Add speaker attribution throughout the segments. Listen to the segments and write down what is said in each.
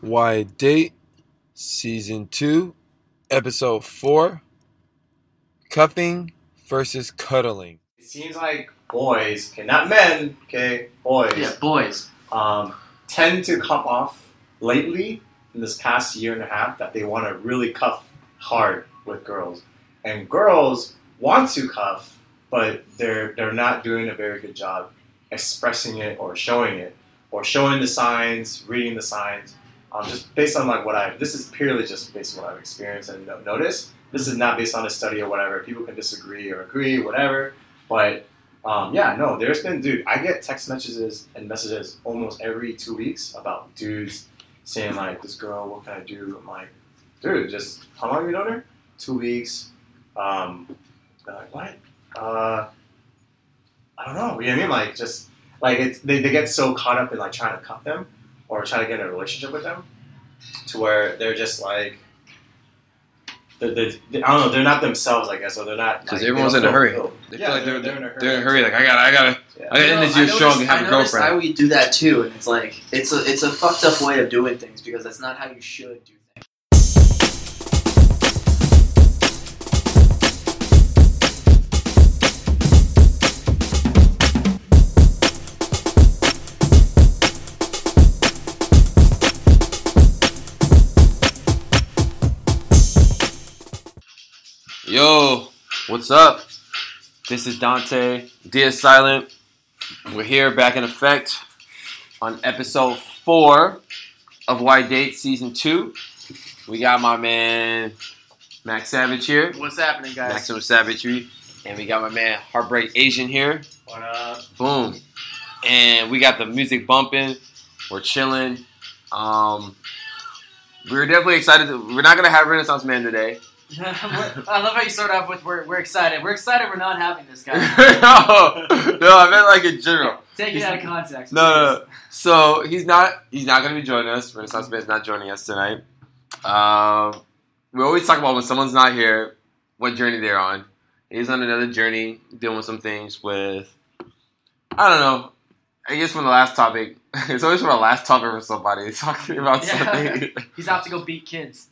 Speaker 1: Why Date, Season 2, Episode 4 Cuffing versus Cuddling.
Speaker 2: It seems like boys, okay, not men, okay, boys,
Speaker 3: Yeah, boys.
Speaker 2: um, tend to cuff off lately in this past year and a half that they want to really cuff hard with girls, and girls want to cuff, but they're they're not doing a very good job expressing it or showing it or showing the signs, reading the signs. Um, just based on like what I this is purely just based on what I've experienced and no- noticed. This is not based on a study or whatever. People can disagree or agree, whatever. But um, yeah, no, there's been dude. I get text messages and messages almost every two weeks about dudes saying like, "This girl, what can I do?" I'm like, dude, just how long have you known her? Two weeks. Um, they're like, what? Uh, I don't know. You know what I mean? Like, just like it's they, they get so caught up in like trying to cut them or trying to get in a relationship with them to where they're just like. they they I don't know. They're not themselves, I guess, or they're not.
Speaker 4: 'Cause
Speaker 2: like, they
Speaker 4: everyone's
Speaker 2: don't
Speaker 4: in a
Speaker 2: feel
Speaker 4: hurry.
Speaker 2: fulfilled.
Speaker 4: They
Speaker 2: Yeah,
Speaker 4: feel like
Speaker 2: they're-
Speaker 4: they're,
Speaker 2: they're in a
Speaker 4: They're in a hurry. Like I got, to I gotta,
Speaker 2: Yeah.
Speaker 4: I gotta end this year strong and
Speaker 3: I
Speaker 4: have a
Speaker 3: noticed
Speaker 4: girlfriend.
Speaker 3: how we do that too, and it's like it's a it's a fucked up way of doing things because that's not how you should do things.
Speaker 4: Yo, what's up? This is Dante, Dear Silent. We're here back in effect on episode four of Why Date Season Two. We got my man Max Savage here,
Speaker 3: What's happening, guys?
Speaker 4: Maximum Savagery, and we got my man Heartbreak Asian here.
Speaker 2: What up?
Speaker 4: Boom. And we got the music bumping. We're chilling. Um, we're definitely excited. To, we're not gonna have Renaissance Man today.
Speaker 3: I love how you start off with we're, we're excited. We're excited. We're not having this
Speaker 4: no,
Speaker 3: guy.
Speaker 4: no, I meant like in general.
Speaker 3: Take it out of context.
Speaker 4: No, no, So he's not. He's not gonna be joining us. Renaissance Man is not joining us tonight. Um, we always talk about when someone's not here, what journey they're on. He's on another journey, dealing with some things with. I don't know. I guess from the last topic, it's always from the last topic for somebody talking about
Speaker 3: Yeah. He's off to go beat kids.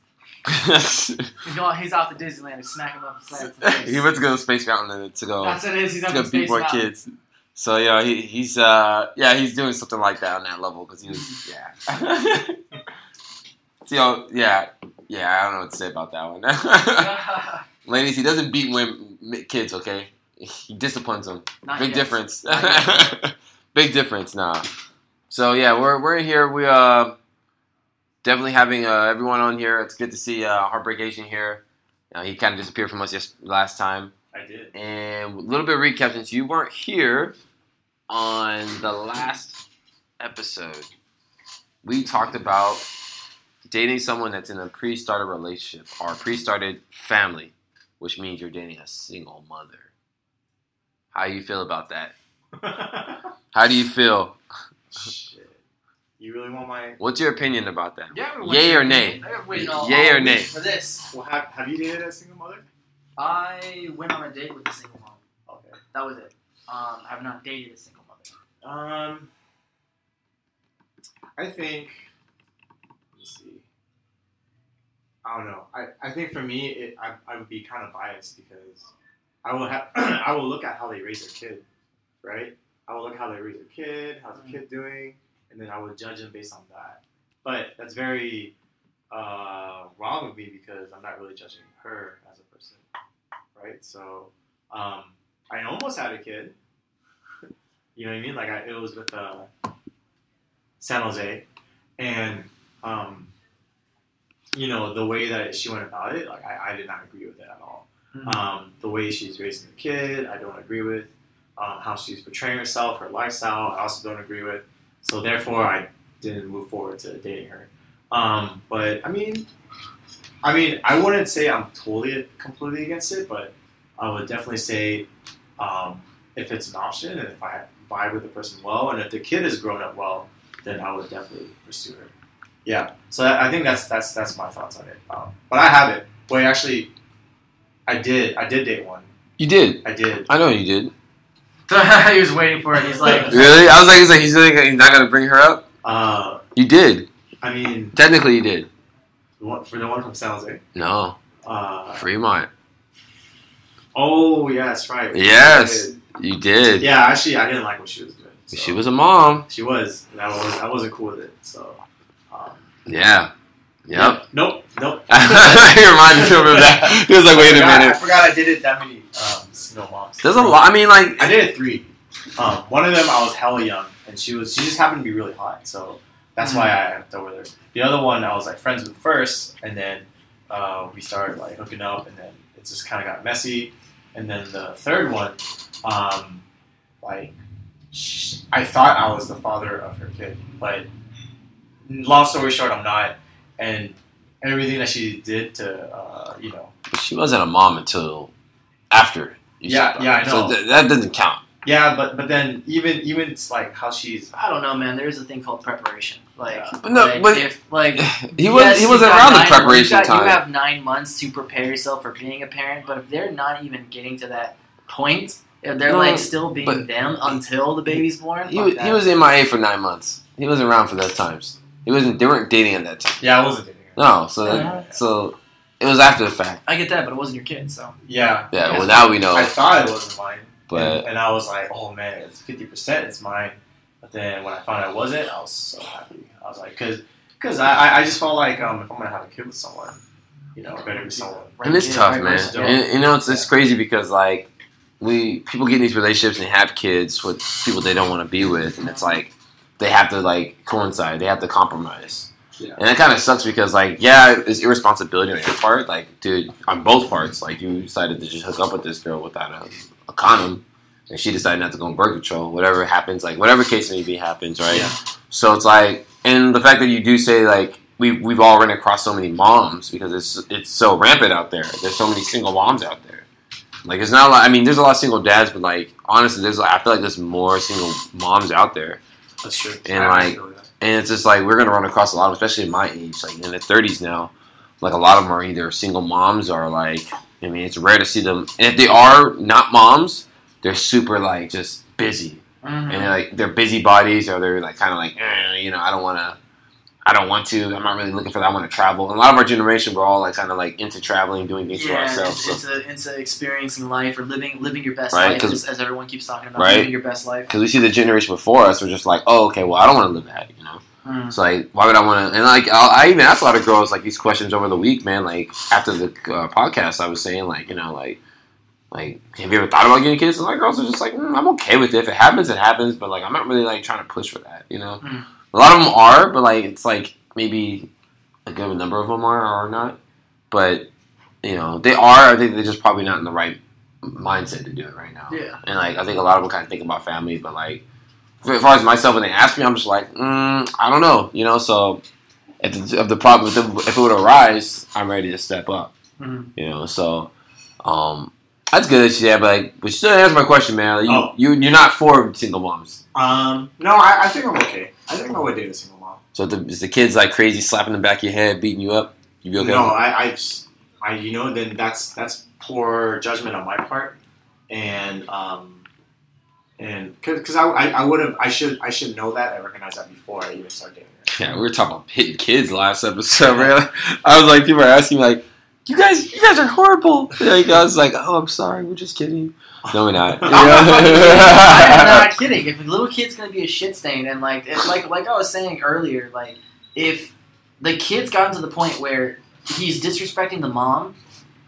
Speaker 4: something.
Speaker 3: He's going. He's off to Disneyland to smack him up upside the
Speaker 4: he
Speaker 3: face.
Speaker 4: went to go to Space Mountain to go.
Speaker 3: That's what it is. He's up
Speaker 4: to
Speaker 3: in
Speaker 4: go beat
Speaker 3: space
Speaker 4: more
Speaker 3: Mountain.
Speaker 4: kids. So yeah, he, he's uh yeah he's doing something like that on that level because he was yeah. so yeah yeah I don't know what to say about that one. Ladies, he doesn't beat women m- kids. Okay, he disciplines them.
Speaker 3: Not
Speaker 4: Big
Speaker 3: yet.
Speaker 4: difference.
Speaker 3: Not
Speaker 4: Big difference. Nah. So yeah, we're we're here. We uh definitely having uh, everyone on here. It's good to see uh, Heartbreak Asian here. Uh, he kind of disappeared from us just last time
Speaker 2: I did.
Speaker 4: and a little bit of recap since you weren't here on the last episode. We talked about dating someone that's in a pre-started relationship or a pre-started family, which means you're dating a single mother. How you feel about that? How do you feel?
Speaker 2: Shit. You really want my?
Speaker 4: What's your opinion about that?
Speaker 3: Yeah, everyone-
Speaker 4: Yay or nay?
Speaker 3: I've been waiting all-
Speaker 4: Yay
Speaker 3: all
Speaker 4: or nay?
Speaker 3: week For this,
Speaker 2: Well, have, have you dated a single mother?
Speaker 3: I went on a date with a single mom.
Speaker 2: Okay.
Speaker 3: That was it. Um, I have not dated a single mother.
Speaker 2: Um, I think. Let's see. I don't know. I, I think for me, it, I, I would be kind of biased because I will have I will look at how they raise their kid, right? I will look how they raise their kid, how's the kid doing, and then I will judge them based on that. But that's very uh, wrong of me because I'm not really judging her as a person, right? So um, I almost had a kid. You know what I mean? Like I, it was with uh, San Jose, and um, you know the way that she went about it, like I, I did not agree with it at all.
Speaker 3: Mhm.
Speaker 2: Um, the way she's raising the kid, I don't agree with. Um, how she's portraying herself, her lifestyle, I also don't agree with. So therefore, I didn't move forward to dating her. Um, but I mean, I mean, I wouldn't say I'm totally completely against it, but I would definitely say um, if it's an option and if I vibe with the person well, and if the kid is grown up well, then I would definitely pursue her. Yeah. So I I think that's that's that's my thoughts on it. Um, but I have it. Wait, actually, I did. I did date one.
Speaker 4: You did.
Speaker 2: I did.
Speaker 4: I know you did.
Speaker 3: he was waiting for it. He's like,
Speaker 4: Really? I was like, he's like, he's, like, he's not gonna bring her up.
Speaker 2: Uh,
Speaker 4: You did.
Speaker 2: I mean,
Speaker 4: Technically, you did.
Speaker 2: what, for the one from San Jose.
Speaker 4: No,
Speaker 2: Uh,
Speaker 4: Fremont.
Speaker 2: oh, yes, right.
Speaker 4: Yes. You did.
Speaker 2: Yeah, actually, I didn't like what she was doing. so-
Speaker 4: She was a mom.
Speaker 2: She was, and I was. I wasn't cool with it. So. Um,
Speaker 4: Yeah. Yep.
Speaker 2: Nope. Nope.
Speaker 4: he reminded him of that. He was like, "Wait a
Speaker 2: forgot- I
Speaker 4: minute."
Speaker 2: forgot I did it that many um, single moms.
Speaker 4: There's a lot. I mean, like,
Speaker 2: I did it three. Um, one of them I was hella young, and she was she just happened to be really hot, so that's why I hooked up with her. The other one I was like friends with first, and then uh, we started like hooking up, and then it just kind of got messy. And then the third one, um, like sh I thought I was the father of her kid, but long story short, I'm not. And everything that she did to uh, you know
Speaker 4: she wasn't a mom until after. you
Speaker 2: Yeah,
Speaker 4: showed
Speaker 2: yeah,
Speaker 4: up.
Speaker 2: I
Speaker 4: So
Speaker 2: know.
Speaker 4: th- that doesn't count.
Speaker 2: Yeah, but but then even even it's like how she's
Speaker 5: I don't know, man. There is a thing called preparation. Like,
Speaker 2: Yeah.
Speaker 4: But no,
Speaker 5: like,
Speaker 4: but-
Speaker 5: if, like
Speaker 4: He was
Speaker 5: yes,
Speaker 4: he
Speaker 5: you
Speaker 4: wasn't
Speaker 5: got
Speaker 4: around the
Speaker 5: nine-
Speaker 4: preparation
Speaker 5: you got-
Speaker 4: time.
Speaker 5: You have nine months to prepare yourself for being a parent, but if they're not even getting to that point, if they're
Speaker 4: No,
Speaker 5: like still being
Speaker 4: but-
Speaker 5: them until the baby's born,
Speaker 4: he,
Speaker 5: fuck
Speaker 4: was-
Speaker 5: that.
Speaker 4: he was MIA for nine months. He wasn't around for those times. He wasn't. They weren't dating at that time.
Speaker 2: yeah I wasn't dating her.
Speaker 4: No. So that-
Speaker 5: Yeah.
Speaker 4: so it was after the fact.
Speaker 5: I get that, but it wasn't your kid, so
Speaker 2: Yeah,
Speaker 4: Yeah.
Speaker 5: Yeah.
Speaker 4: Well, now we
Speaker 2: I
Speaker 4: know.
Speaker 2: thought it wasn't mine,
Speaker 4: But
Speaker 2: and, and I was like, oh man, it's fifty percent, it's mine. But then when I found out it wasn't, I was so happy. I was like, cause cause I I- I just felt like um if I'm gonna have a kid with someone, you know, it better be someone.
Speaker 5: right
Speaker 4: and it's
Speaker 5: kid,
Speaker 4: tough,
Speaker 5: right
Speaker 4: man.
Speaker 5: person.
Speaker 4: And, you know, it's, it's crazy because like we people get in these relationships and have kids with people they don't want to be with, and it's like they have to like coincide, they have to compromise,
Speaker 2: Yeah.
Speaker 4: and that kind of sucks because like yeah, it's irresponsibility on your part, like dude, on both parts, like you decided to just hook up with this girl without a, a condom, and she decided not to go on birth control, whatever happens, like whatever case may be happens, right?
Speaker 2: Yeah.
Speaker 4: So it's like, and the fact that you do say like we we've all run across so many moms because it's it's so rampant out there. There's so many single moms out there. Like it's not like I mean, there's a lot of single dads, but like honestly, there's I feel like there's more single moms out there,
Speaker 2: That's true.
Speaker 4: And,
Speaker 2: I
Speaker 4: like-
Speaker 2: feel that.
Speaker 4: and it's just like we're gonna run across a lot, especially my age, like in the 30s now. Like a lot of them are either single moms or like I mean, it's rare to see them. And if they are not moms, they're super like just busy
Speaker 5: Mhm.
Speaker 4: and they're like they're busybodies or they're like kind of like eh, you know I don't want to I don't want to I'm not really looking for that I want to travel and a lot of our generation we're all like kind of like into traveling doing things for
Speaker 5: Yeah,
Speaker 4: ourselves
Speaker 5: it's, it's, a, it's a experiencing life or living living your best
Speaker 4: Right,
Speaker 5: life,
Speaker 4: 'cause-
Speaker 5: as, as everyone keeps talking about.
Speaker 4: Right.
Speaker 5: Living your best life.
Speaker 4: because we see the generation before us we're just like oh okay well I don't want to live that you know
Speaker 5: Mm.
Speaker 4: it's like why would I want to and like i I even asked a lot of girls like these questions over the week man like after the uh, podcast I was saying like you know like like have you ever thought about getting kids and a lot of girls are just like mm, I'm okay with it if it happens it happens but like I'm not really like trying to push for that you know
Speaker 5: Mm.
Speaker 4: a lot of them are but like it's like maybe a good number of them are or not but you know they are I think they're just probably not in the right mindset to do it right now
Speaker 5: Yeah.
Speaker 4: and like I think a lot of them kind of think about family, but like as far as myself, when they ask me, I'm just like, mm, I don't know, you know. So if the, if the problem if, the, if it would arise, I'm ready to step up,
Speaker 2: Mm-hmm.
Speaker 5: Mhm.
Speaker 4: you know. So um, that's good, yeah. But like, but you still didn't answer my question, man. Like, you,
Speaker 2: Oh.
Speaker 4: you you're not for single moms.
Speaker 2: Um, no, I, I think I'm okay. I think I would date a single mom.
Speaker 4: So if the, if the kids like crazy slapping the back of your head, beating you up, you be okay?
Speaker 2: No,
Speaker 4: with
Speaker 2: I, I, just- I, you know, then that's that's poor judgment on my part, and um, and because I, I, I would have, I should, I should know that, I recognize that before I even start dating. her.
Speaker 4: it? yeah, we were talking about hitting kids last episode. Man. I was like, people are asking me like. You guys, you guys are horrible. Like, I was like, oh, I'm sorry, we're just kidding. No, we're not.
Speaker 2: I'm
Speaker 5: I'm not fucking kidding. I'm
Speaker 4: Yeah.
Speaker 5: not kidding. If a little kid's gonna be a shit stain, and like, it, like, like I was saying earlier, like, if the kid's gotten to the point where he's disrespecting the mom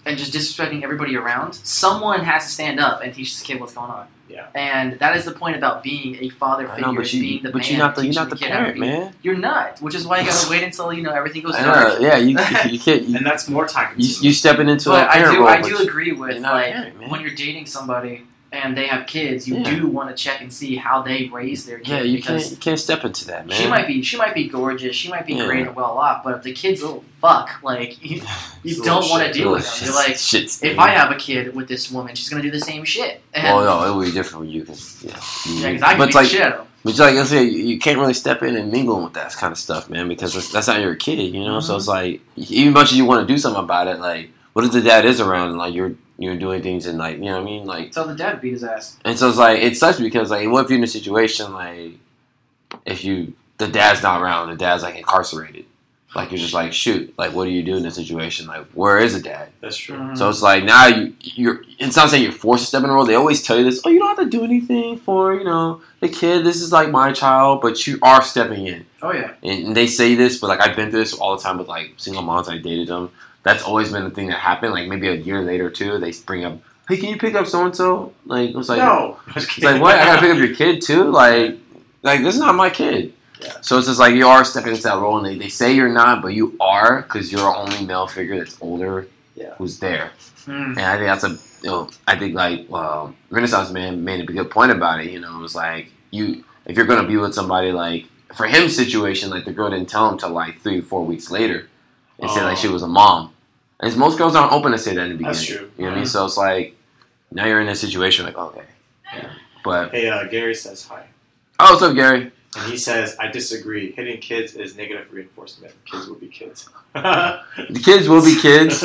Speaker 5: and just disrespecting everybody around, someone has to stand up and teach this kid what's going on.
Speaker 2: Yeah.
Speaker 5: And that is the point about being a father
Speaker 4: I
Speaker 5: figure,
Speaker 4: know,
Speaker 5: is
Speaker 4: but
Speaker 5: being
Speaker 4: you,
Speaker 5: the
Speaker 4: but
Speaker 5: man,
Speaker 4: you're not the, you're
Speaker 5: teaching
Speaker 4: not the
Speaker 5: kid how to
Speaker 4: parent,
Speaker 5: be-
Speaker 4: man.
Speaker 5: You're not, which is why you gotta wait until you know everything goes
Speaker 4: I
Speaker 5: dark.
Speaker 4: know, yeah, you, you can't, you,
Speaker 2: And that's more time.
Speaker 4: you, you stepping into
Speaker 5: But
Speaker 4: a parent
Speaker 5: I do,
Speaker 4: role.
Speaker 5: I
Speaker 4: but
Speaker 5: do
Speaker 4: you-
Speaker 5: agree with
Speaker 4: you're not a
Speaker 5: like
Speaker 4: parent, man.
Speaker 5: when you're dating somebody and they have kids, you
Speaker 4: Yeah.
Speaker 5: do want to check and see how they raise their kids.
Speaker 4: yeah, you
Speaker 5: because
Speaker 4: can't, you can't step into that, man.
Speaker 5: She might be she might be gorgeous, she might be
Speaker 4: Yeah.
Speaker 5: great and well off, but if the kid's a little fuck, like you, you
Speaker 2: Little
Speaker 5: don't want
Speaker 2: shit.
Speaker 5: to deal with
Speaker 4: Ugh,
Speaker 5: them. You're like,
Speaker 4: shit,
Speaker 5: if I have a kid with this woman, she's gonna do the same shit. And,
Speaker 4: well, no, it would be different with you, 'cause, yeah, you-
Speaker 5: yeah, 'cause I can
Speaker 4: but
Speaker 5: beat
Speaker 4: it's
Speaker 5: the
Speaker 4: like,
Speaker 5: shit out of them.
Speaker 4: but it's like, let's say you, you can't really step in and mingle with that kind of stuff, man, because that's, that's not your kid, you know. So
Speaker 5: Mhm.
Speaker 4: it's like, even much as you want to do something about it, like, what if the dad is around and like you're you're doing things and like, you know what I mean, like.
Speaker 5: Tell the dad to beat his ass.
Speaker 4: And so it's like it sucks because like what if you're in a situation like if you the dad's not around, the dad's like incarcerated. Like you're just like, shoot, like what do you do in this situation? Like where is the dad?
Speaker 2: That's true.
Speaker 5: Mm-hmm.
Speaker 4: So it's like now you you're it's not saying you're forced to step in the role. They always tell you this, oh you don't have to do anything for, you know, the kid, this is like my child, but you are stepping in.
Speaker 5: oh yeah,
Speaker 4: And and they say this, but like I've been through this all the time with like single moms I dated them. That's always been the thing that happened. Like maybe a year later too, they bring up, Hey, can you pick up so and so? Like it was like
Speaker 2: no.
Speaker 4: it's like what? I gotta pick up your kid too? Like like this is not my kid.
Speaker 2: Yeah.
Speaker 4: So it's just like you are stepping into that role, and they, they say you're not, but you are because you're the only male figure that's older,
Speaker 2: Yeah.
Speaker 4: who's there.
Speaker 5: Mm.
Speaker 4: And I think that's a, you know, I think like well, Renaissance man made a good point about it. You know, it was like you if you're gonna be with somebody like for him situation, like the girl didn't tell him till like three four weeks later, and said like
Speaker 2: Oh.
Speaker 4: she was a mom. And most girls aren't open to say that in the beginning.
Speaker 2: That's true.
Speaker 4: You
Speaker 5: Uh-huh.
Speaker 4: know what I mean? So it's like now you're in a situation like okay,
Speaker 2: Yeah.
Speaker 4: but
Speaker 2: Hey, uh, Gary says hi.
Speaker 4: oh, what's up, Gary?
Speaker 2: And he says, I disagree. Hitting kids is negative reinforcement. Kids will be kids. kids
Speaker 4: The kids will be kids.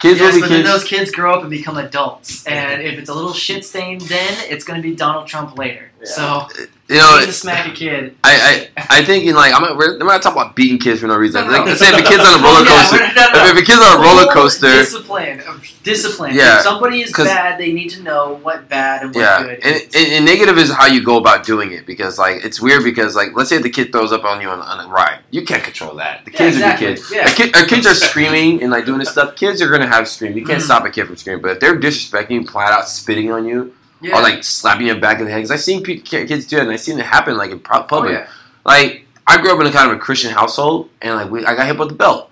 Speaker 4: Kids
Speaker 5: yes,
Speaker 4: will be
Speaker 5: but
Speaker 4: kids.
Speaker 5: then those kids grow up and become adults, and if it's a little shit stain, then it's going to be Donald Trump later.
Speaker 2: Yeah.
Speaker 5: So you
Speaker 4: you know,
Speaker 5: need to smack a kid.
Speaker 4: I, I, I think in like I'm not, we're, I'm not talking about beating kids for no reason.
Speaker 5: No, no,
Speaker 4: Like,
Speaker 5: no.
Speaker 4: say if a kid's on a roller
Speaker 5: Yeah,
Speaker 4: coaster,
Speaker 5: we're- no, no, no.
Speaker 4: if, if a kid's on a roller coaster,
Speaker 5: Discipline, discipline.
Speaker 4: Yeah,
Speaker 5: If somebody is
Speaker 4: 'cause-
Speaker 5: bad, they need to know what bad and what
Speaker 4: yeah.
Speaker 5: good.
Speaker 4: And,
Speaker 5: is.
Speaker 4: and, and negative is how you go about doing it because like it's weird because like let's say the kid throws up on you on, on a ride, you can't control that. The
Speaker 5: Yeah,
Speaker 4: kids
Speaker 5: exactly.
Speaker 4: are the kids.
Speaker 5: Yeah.
Speaker 4: A kid, our kids are screaming and like doing this stuff. Kids are gonna have scream. You can't
Speaker 5: Mhm.
Speaker 4: stop a kid from screaming. But if they're disrespecting, flat out spitting on you,
Speaker 5: yeah.
Speaker 4: or like slapping your back in the head, because I've seen pe- kids do it and I've seen it happen like in pu- public.
Speaker 5: oh, yeah.
Speaker 4: like I grew up in a kind of a Christian household, and like we, I got hit with the belt,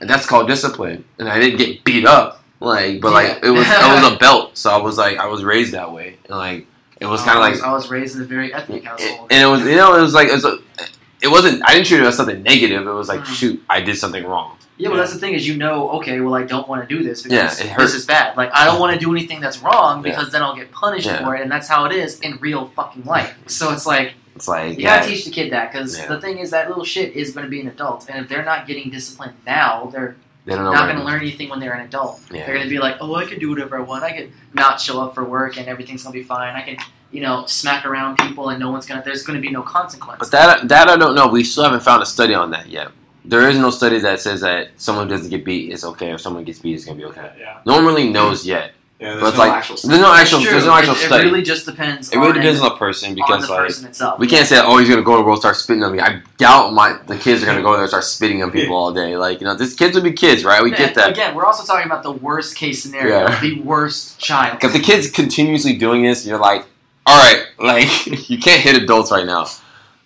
Speaker 4: and that's called discipline. And I didn't get beat up, like, but like it was it was a belt, so I was like I was raised that way, and like it was kind
Speaker 5: I
Speaker 4: of
Speaker 5: was-
Speaker 4: like,
Speaker 5: I was raised in Oh, a very ethnic household.
Speaker 4: and it was you know it was like it, was a, it wasn't I didn't treat it as something negative. It was like
Speaker 5: Mhm.
Speaker 4: shoot, I did something wrong.
Speaker 5: Yeah, well, that's the thing is you know, okay, well, I don't want to do this because
Speaker 4: Yeah, it hurts.
Speaker 5: this is bad. Like, I don't want to do anything that's wrong
Speaker 4: Yeah.
Speaker 5: because then I'll get punished
Speaker 4: Yeah.
Speaker 5: for it, and that's how it is in real fucking life. So it's like
Speaker 4: It's like
Speaker 5: you
Speaker 4: yeah,
Speaker 5: gotta teach the kid that because
Speaker 4: Yeah.
Speaker 5: the thing is that little shit is gonna be an adult, and if they're not getting disciplined now, they're
Speaker 4: they don't know.
Speaker 5: not
Speaker 4: where-
Speaker 5: gonna learn anything when they're an adult.
Speaker 4: Yeah.
Speaker 5: They're gonna be like, oh, I can do whatever I want. I can not show up for work, and everything's gonna be fine. I can, you know, smack around people, and no one's gonna. There's gonna be no consequence.
Speaker 4: But that that I don't know. We still haven't found a study on that yet. There is no study that says that someone who doesn't get beat is okay, or someone gets beat is gonna be okay.
Speaker 2: yeah.
Speaker 4: No one really knows yet.
Speaker 2: Yeah,
Speaker 4: But
Speaker 2: there's
Speaker 4: it's
Speaker 2: no
Speaker 4: like-
Speaker 2: actual
Speaker 4: There's no actual.
Speaker 5: It's true.
Speaker 4: There's no actual
Speaker 5: it,
Speaker 4: study.
Speaker 5: It really just depends.
Speaker 4: It really
Speaker 5: on
Speaker 4: depends on the person
Speaker 5: on the
Speaker 4: because like
Speaker 5: person itself.
Speaker 4: we can't say oh he's gonna go to world start spitting on me. I doubt my the kids are gonna go there and start spitting on people all day. Like you know, these kids would be kids, right? We
Speaker 5: Yeah,
Speaker 4: get that.
Speaker 5: Again, we're also talking about the worst case scenario,
Speaker 4: Yeah.
Speaker 5: the worst child.
Speaker 4: If the kids continuously doing this, you're like, all right, like you can't hit adults right now.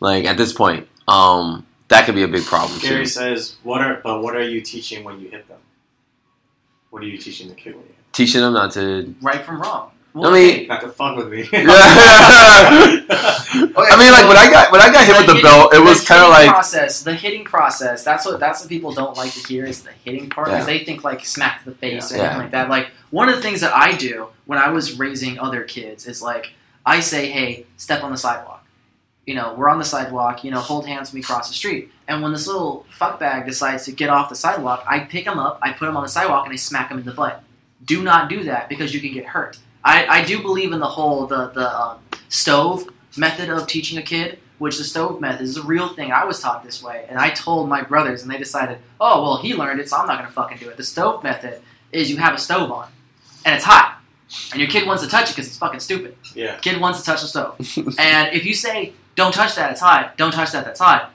Speaker 4: Like at this point, um, that could be a big problem.
Speaker 2: Gary
Speaker 4: Too.
Speaker 2: says, "What are but what are you teaching when you hit them? What are you teaching the kid when you hit
Speaker 4: Teaching them not to.
Speaker 5: Right from wrong.
Speaker 4: I mean,
Speaker 2: them? Not to fuck with me."
Speaker 4: Yeah. I mean, like when I got when I got hit with the belt, it was kind of like
Speaker 5: process. The hitting process. That's what that's what people don't like to hear is the hitting part because they think like smack to the face or
Speaker 4: Yeah.
Speaker 5: anything like that. Like one of the things that I do when I was raising other kids is like I say, hey, step on the sidewalk. You know, we're on the sidewalk. You know, hold hands when we cross the street. And when this little fuckbag decides to get off the sidewalk, I pick him up, I put him on the sidewalk, and I smack him in the butt. Do not do that because you can get hurt. I, I do believe in the whole the the um, stove method of teaching a kid, which the stove method is a real thing. I was taught this way, and I told my brothers, and they decided, oh, well, he learned it, so I'm not going to fucking do it. The stove method is you have a stove on, and it's hot, and your kid wants to touch it because he's fucking stupid.
Speaker 2: yeah,
Speaker 5: Kid wants to touch the stove. and if you say, don't touch that, it's hot, don't touch that, that's hot,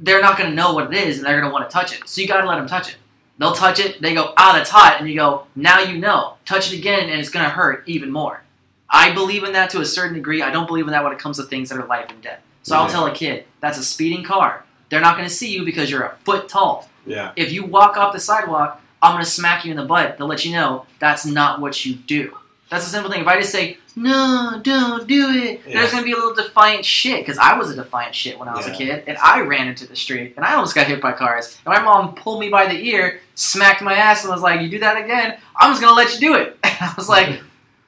Speaker 5: they're not going to know what it is, and they're going to want to touch it. So you got to let them touch it. They'll touch it, they go, ah, that's hot, and you go, now you know. Touch it again, and it's going to hurt even more. I believe in that to a certain degree. I don't believe in that when it comes to things that are life and death. So I'll
Speaker 4: Yeah.
Speaker 5: tell a kid, that's a speeding car. They're not going to see you because you're a foot tall.
Speaker 2: yeah,
Speaker 5: If you walk off the sidewalk, I'm going to smack you in the butt. They'll let you know that's not what you do. That's a simple thing. If I just say, no, don't do it,
Speaker 2: Yeah.
Speaker 5: there's going to be a little defiant shit because I was a defiant shit when I was
Speaker 2: Yeah.
Speaker 5: a kid and I ran into the street and I almost got hit by cars. And my mom pulled me by the ear, smacked my ass, and was like, you do that again, I'm just going to let you do it. And I was like,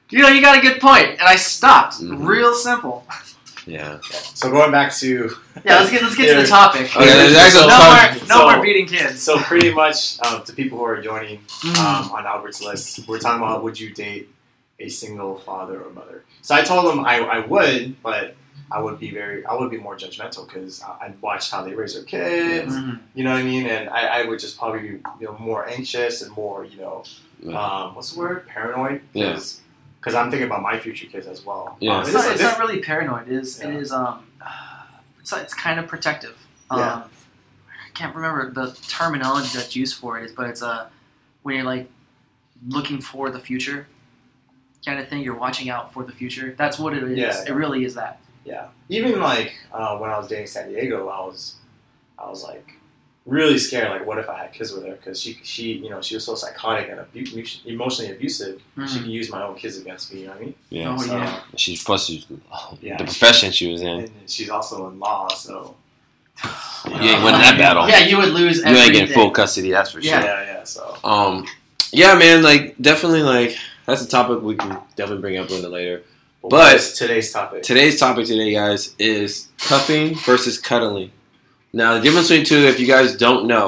Speaker 5: you know, you got a good point. And I stopped.
Speaker 2: Mm-hmm.
Speaker 4: Mhm.
Speaker 5: Real simple.
Speaker 4: yeah.
Speaker 2: So going back to
Speaker 5: Yeah, let's get, let's get to the
Speaker 2: Yeah.
Speaker 5: topic.
Speaker 4: Okay, there's actually
Speaker 5: no,
Speaker 4: a
Speaker 5: more,
Speaker 2: topic.
Speaker 5: no
Speaker 2: So-
Speaker 5: more beating kids.
Speaker 2: so pretty much uh, to people who are joining
Speaker 5: Mm.
Speaker 2: um, on Albert's list. We're talking about would you date a single father or mother? So I told him I, I would, but I would be very, I would be more judgmental because I, I watched how they raise their kids.
Speaker 5: Mm.
Speaker 2: You know what I mean? And I, I would just probably be you know, more anxious and more, you know,
Speaker 4: Yeah.
Speaker 2: um, what's the word? Paranoid.
Speaker 4: Yeah.
Speaker 2: Because I'm thinking about my future kids as well.
Speaker 4: Yeah.
Speaker 2: Um,
Speaker 5: It's
Speaker 2: this-
Speaker 5: not, it's
Speaker 2: this-
Speaker 5: not really paranoid. It is. It
Speaker 2: Yeah.
Speaker 5: is. Um, it's it's kind of protective. Um,
Speaker 2: Yeah.
Speaker 5: I can't remember the terminology that's used for it, but it's uh, when you're like looking for the future kind of thing. You're watching out for the future. That's what it is.
Speaker 2: Yeah.
Speaker 5: It really is that.
Speaker 2: Yeah. Even like uh, when I was dating San Diego, I was, I was like really scared. Like, what if I had kids with her? Because she, she, you know, she was so psychotic and abu- emotionally abusive.
Speaker 5: Mm-hmm.
Speaker 2: She could use my own kids against me. You know what I mean?
Speaker 4: Yeah.
Speaker 5: Hmm. Oh,
Speaker 2: so,
Speaker 5: yeah.
Speaker 4: She's plus she's,
Speaker 2: Yeah.
Speaker 4: the profession she was in.
Speaker 2: And she's also in law, so
Speaker 4: You ain't win that battle.
Speaker 5: Yeah, you would lose.
Speaker 4: You ain't getting
Speaker 5: everything.
Speaker 4: full custody, that's for
Speaker 5: Yeah.
Speaker 4: sure.
Speaker 2: yeah, yeah. So
Speaker 4: Um, yeah, man, like definitely, like that's a topic we can definitely bring up a little later.
Speaker 2: But
Speaker 4: But-
Speaker 2: what's today's topic.
Speaker 4: Today's topic today, guys, is cuffing versus cuddling. Now, the difference between the two, if you guys don't know,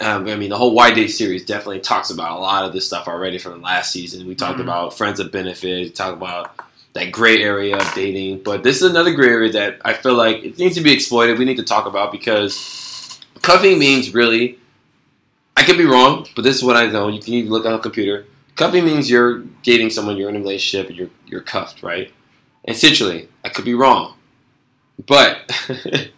Speaker 4: um, I mean, the whole Why Date series definitely talks about a lot of this stuff already from the last season. We talked
Speaker 5: Mhm.
Speaker 4: about friends of benefit, talk about that gray area of dating, but this is another gray area that I feel like it needs to be exploited. We need to talk about because cuffing means really, I could be wrong, but this is what I know. You can even look on a computer. Cuffing means you're dating someone, you're in a relationship, and you're you're cuffed, right? Essentially, I could be wrong, but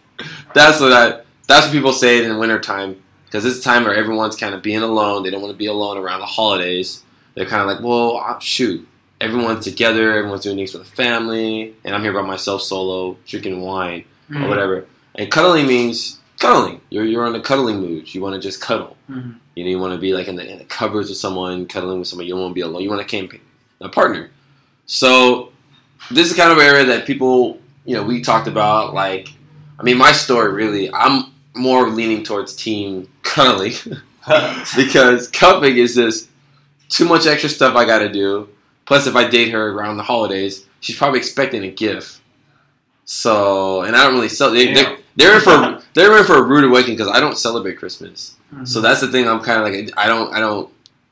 Speaker 4: that's what I that's what people say in the wintertime because it's a time where everyone's kind of being alone. They don't want to be alone around the holidays. They're kind of like, well, ah, shoot, everyone's together, everyone's doing things for the family, and I'm here by myself, solo, drinking wine or
Speaker 5: Mhm.
Speaker 4: whatever. And cuddling means cuddling. You're you're in a cuddling mood. You want to just cuddle.
Speaker 5: Mhm.
Speaker 4: You know, you want to be like in the, in the cupboards with someone, cuddling with someone. You don't want to be alone. You want a campaign, a partner. So this is kind of an area that people, you know, we talked about. Like, I mean, my story really, I'm more leaning towards team cuddling because cuffing is just too much extra stuff I got to do. Plus, if I date her around the holidays, she's probably expecting a gift. So, and I don't really sell. They,
Speaker 2: Damn.
Speaker 4: they, they're in for they're in for a rude awakening because I don't celebrate Christmas.
Speaker 5: Mhm.
Speaker 4: So that's the thing. I'm kind of like I don't I don't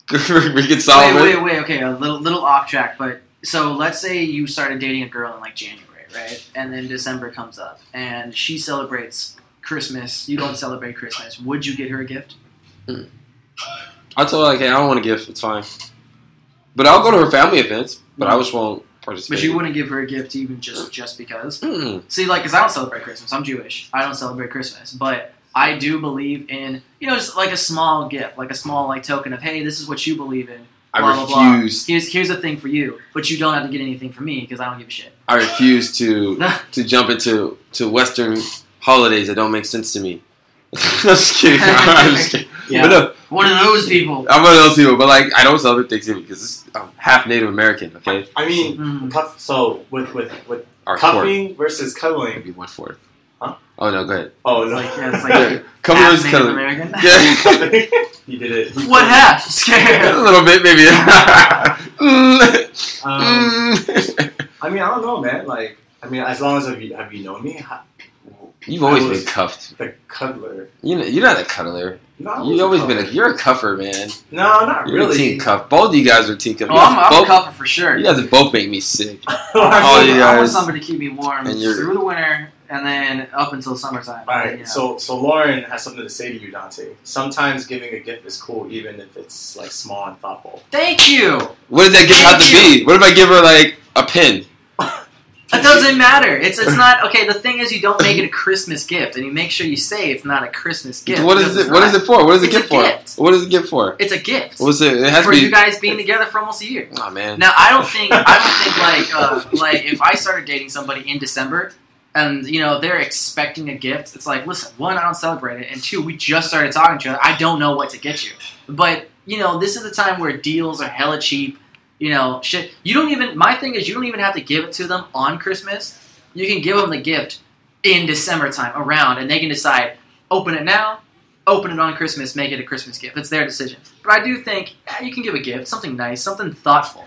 Speaker 4: reconcile
Speaker 5: Wait,
Speaker 4: with.
Speaker 5: wait, wait. Okay, a little little off track, but so let's say you started dating a girl in like January, right? And then December comes up, and she celebrates Christmas. You don't celebrate Christmas. Would you get her a gift?
Speaker 4: I told her like, hey, I don't want a gift. It's fine. But I'll go to her family events, but I just won't participate.
Speaker 5: Mm. But you wouldn't give her a gift even just just because.
Speaker 4: Mm.
Speaker 5: See, like, because I don't celebrate Christmas. I'm Jewish. I don't celebrate Christmas, but I do believe in you know just like a small gift, like a small like token of hey, this is what you believe in.
Speaker 4: I
Speaker 5: Blah, blah, blah.
Speaker 4: refuse.
Speaker 5: Here's here's a thing for you, but you don't have to get anything for me because I don't give a shit.
Speaker 4: I refuse to to jump into to Western holidays that don't make sense to me. I'm just kidding. I'm just kidding.
Speaker 2: Yeah.
Speaker 4: But no,
Speaker 5: One of those people.
Speaker 4: I'm one of those people, but like I don't celebrate Thanksgiving because I'm half Native American. Okay,
Speaker 2: I mean,
Speaker 5: Mm.
Speaker 2: cuff, so with with with
Speaker 4: or fourth,
Speaker 2: cuffing versus cuddling.
Speaker 4: maybe one fourth.
Speaker 2: Huh?
Speaker 4: Oh no, go ahead.
Speaker 2: Oh no,
Speaker 5: Like, yeah, it's
Speaker 4: Yeah.
Speaker 5: like
Speaker 4: Cover
Speaker 5: half
Speaker 4: is
Speaker 5: Native
Speaker 4: cuddling.
Speaker 5: American.
Speaker 4: Yeah,
Speaker 2: you did it.
Speaker 5: what half?
Speaker 4: a
Speaker 5: Scared.
Speaker 4: little bit maybe. Mm,
Speaker 2: Um,
Speaker 4: mm.
Speaker 2: I mean, I don't know, man. Like, I mean, as long as have you have you known me, I-
Speaker 4: You've always
Speaker 2: I was-
Speaker 4: been cuffed.
Speaker 2: the cuddler.
Speaker 4: You know, you're not a cuddler.
Speaker 2: No, I
Speaker 4: You've
Speaker 2: wasn't
Speaker 4: always
Speaker 2: cuddling.
Speaker 4: been a. You're a cuffer, man.
Speaker 2: No, not
Speaker 4: You're a
Speaker 2: really.
Speaker 4: team cuff. Both of you guys are team cuff.
Speaker 5: Oh,
Speaker 4: You guys
Speaker 5: I'm, I'm a
Speaker 4: both-
Speaker 5: cuffer for sure.
Speaker 4: You guys both make me sick.
Speaker 5: I,
Speaker 4: Oh,
Speaker 5: want,
Speaker 4: you
Speaker 5: I want
Speaker 4: guys-
Speaker 5: somebody to keep me warm
Speaker 4: And you're-
Speaker 5: through the winter and then up until summertime.
Speaker 2: All right,
Speaker 5: Yeah.
Speaker 2: so so Lauren has something to say to you, Dante. Sometimes giving a gift is cool, even if it's like small and thoughtful.
Speaker 5: Thank you.
Speaker 4: What does that gift have to
Speaker 5: Thank
Speaker 4: be? What if I give her like a pin?
Speaker 5: It doesn't matter. It's it's not okay. The thing is, you don't make it a Christmas gift, and you make sure you say it's not a Christmas gift.
Speaker 4: what is
Speaker 5: because
Speaker 4: it?
Speaker 5: it's
Speaker 4: What
Speaker 5: not.
Speaker 4: is it for? What is it
Speaker 5: It's a
Speaker 4: gift for?
Speaker 5: gift.
Speaker 4: What is it gift for?
Speaker 5: It's a gift
Speaker 4: What's it? It has
Speaker 5: for
Speaker 4: to
Speaker 5: you
Speaker 4: be.
Speaker 5: guys being together for almost a year.
Speaker 4: Oh man.
Speaker 5: Now, I don't think I don't think like uh, like if I started dating somebody in December and you know they're expecting a gift, it's like listen, one, I don't celebrate it, and two, we just started talking to each other. I don't know what to get you, but you know this is the time where deals are hella cheap. You know, shit. You don't even. My thing is, you don't even have to give it to them on Christmas. You can give them the gift in December time around, and they can decide open it now, open it on Christmas, make it a Christmas gift. It's their decision. But I do think eh, you can give a gift, something nice, something thoughtful.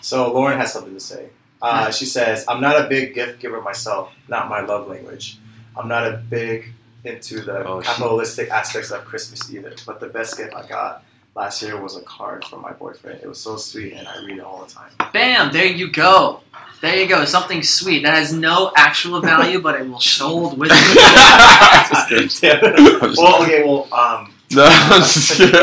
Speaker 2: So Lauren has something to say. Uh, she says, "I'm not a big gift giver myself. Not my love language. I'm not a big into the
Speaker 4: Oh, she-
Speaker 2: capitalistic aspects of Christmas either. But the best gift I got last year was a card from my boyfriend. It was so sweet, and I read it all the time.
Speaker 5: Bam! There you go. There you go. Something sweet that has no actual value, but it will sold with you.
Speaker 4: I'm just
Speaker 2: Yeah.
Speaker 4: kidding.
Speaker 2: well, okay, well, um,
Speaker 4: No, I'm just kidding.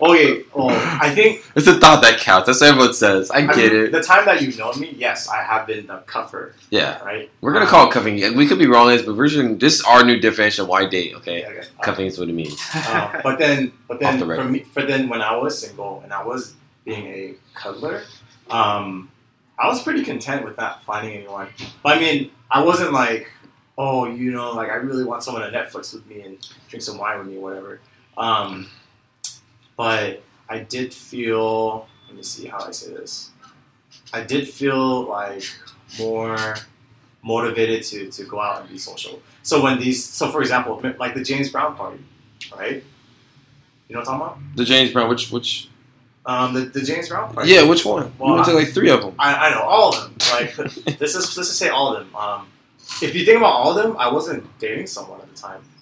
Speaker 2: okay, well, I think
Speaker 4: It's a thought that counts. That's what everyone says. I
Speaker 2: I mean,
Speaker 4: get it.
Speaker 2: the time that you've known me, yes, I have been the cuffer,
Speaker 4: Yeah.
Speaker 2: right?
Speaker 4: We're gonna call it cuffing. We could be wrong on this, but we're just this is our new definition of why date, okay?
Speaker 2: Yeah, okay.
Speaker 4: Cuffing is what it means.
Speaker 2: Um, but then, but
Speaker 4: Off
Speaker 2: then,
Speaker 4: the
Speaker 2: for
Speaker 4: record.
Speaker 2: me, for then, when I was single and I was being a cuddler, um, I was pretty content with not finding anyone. But I mean, I wasn't like, oh, you know, like I really want someone to Netflix with me and drink some wine with me, or whatever. Um, but I did feel. Let me see how I say this. I did feel like more motivated to, to go out and be social. So when these, so for example, like the James Brown party, right? You know what I'm talking
Speaker 4: The James Brown, which which
Speaker 2: about? Um, the, the James Brown party.
Speaker 4: Yeah, which one?
Speaker 2: Well,
Speaker 4: you went to
Speaker 2: I-
Speaker 4: like three of them.
Speaker 2: I, I know all of them. Like this is let's just say all of them. Um, if you think about all of them, I wasn't dating someone at the time.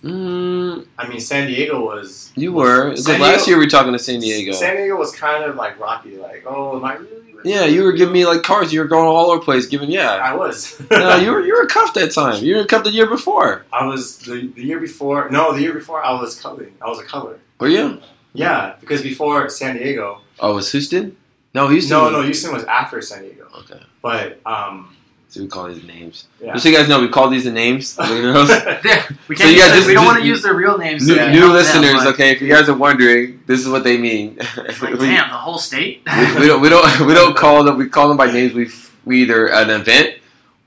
Speaker 4: Mm,
Speaker 2: I mean, San Diego was
Speaker 4: you were. It's
Speaker 2: San
Speaker 4: like last
Speaker 2: Diego-
Speaker 4: year we were talking to San Diego.
Speaker 2: San Diego was kind of like rocky. Like, oh, am I really? with
Speaker 4: yeah, you were giving me like cards. You were going all over the place, giving yeah.
Speaker 2: I was.
Speaker 4: No, you were you were cuffed that time. You were cuffed the year before.
Speaker 2: I was the, the year before. No, the year before I was coloring. I was a color.
Speaker 4: Were you?
Speaker 2: Yeah, because before San Diego,
Speaker 4: Oh, it was Houston? No, Houston.
Speaker 2: no,
Speaker 4: was-
Speaker 2: no, Houston was after San Diego.
Speaker 4: Okay.
Speaker 2: But um,
Speaker 4: So we call these names.
Speaker 2: yeah.
Speaker 4: Just so you guys know, we call these the names.
Speaker 5: There. We
Speaker 4: So
Speaker 5: can't.
Speaker 4: you
Speaker 5: use
Speaker 4: guys
Speaker 5: their-
Speaker 4: just-
Speaker 5: we don't
Speaker 4: just-
Speaker 5: want to use their real names.
Speaker 4: new
Speaker 5: so we
Speaker 4: new
Speaker 5: don't-
Speaker 4: listeners,
Speaker 5: yeah, like-
Speaker 4: okay? If you guys are wondering, this is what they mean.
Speaker 5: Like,
Speaker 4: we,
Speaker 5: damn, the whole state.
Speaker 4: we- we don't we don't we don't call them. We call them by names. We f- we either an event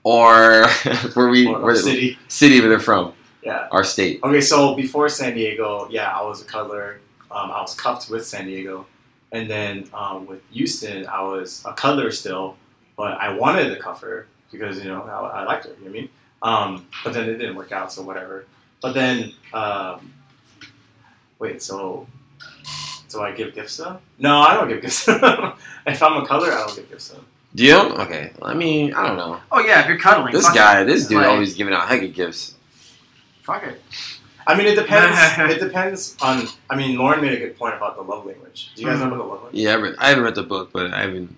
Speaker 4: or where we
Speaker 2: or- or
Speaker 4: where the
Speaker 2: city.
Speaker 4: city where they're from,
Speaker 2: Yeah.
Speaker 4: our state.
Speaker 2: Okay, so before San Diego, yeah, I was a cuddler. Um, I was cuffed with San Diego, and then um, with Houston, I was a cuddler still, but I wanted the cuffer because you know I, I liked her. You know what I mean? Um, but then it didn't work out, so whatever. But then, um, wait, so do I give gifts to them? No, I don't give gifts. to them. if I'm a cuddler, I don't give gifts to them.
Speaker 4: Do you? Okay. I mean, I don't know.
Speaker 5: oh yeah, if you're cuddling,
Speaker 4: This
Speaker 5: fuck
Speaker 4: guy, this dude,
Speaker 5: Like-
Speaker 4: always giving out heck of gifts.
Speaker 5: It. Fuck it.
Speaker 2: I mean, it depends. it depends on. I mean, Lauren made a good point about the love language. Do you guys know about the love language?
Speaker 4: Yeah, I, read, I haven't read the book, but I haven't.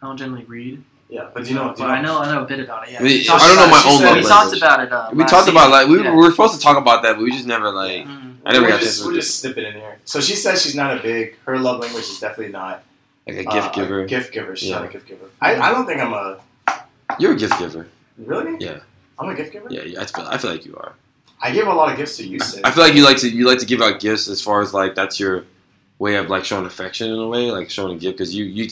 Speaker 5: I don't generally read.
Speaker 2: Yeah, but do you know? Do
Speaker 5: But
Speaker 2: you
Speaker 5: I know. I know a bit about it. Yeah.
Speaker 4: We-
Speaker 5: We
Speaker 4: I
Speaker 5: talked
Speaker 4: don't know
Speaker 5: about-
Speaker 4: my
Speaker 5: she
Speaker 4: own
Speaker 5: said-
Speaker 4: love
Speaker 5: We talked
Speaker 4: language.
Speaker 5: about it. Uh,
Speaker 4: We
Speaker 5: last
Speaker 4: talked about
Speaker 5: season.
Speaker 4: like we,
Speaker 5: Yeah.
Speaker 4: we were supposed to talk about that, but we just never like.
Speaker 5: Mm.
Speaker 4: I never
Speaker 2: we're
Speaker 4: got
Speaker 2: just,
Speaker 4: this.
Speaker 2: we're just snipping in here. So she says she's not a big. Her love language is definitely not
Speaker 4: Like a gift
Speaker 2: uh,
Speaker 4: giver.
Speaker 2: Gift giver. She's not
Speaker 4: Yeah.
Speaker 2: a gift giver. I, I don't think I'm a
Speaker 4: You're a gift giver.
Speaker 2: really.
Speaker 4: Yeah.
Speaker 2: I'm a gift giver.
Speaker 4: Yeah, yeah, I feel, I feel like you are.
Speaker 2: I give a lot of gifts to you.
Speaker 4: I feel like you like to you like to give out gifts as far as like that's your way of like showing affection in a way, like showing a gift because you you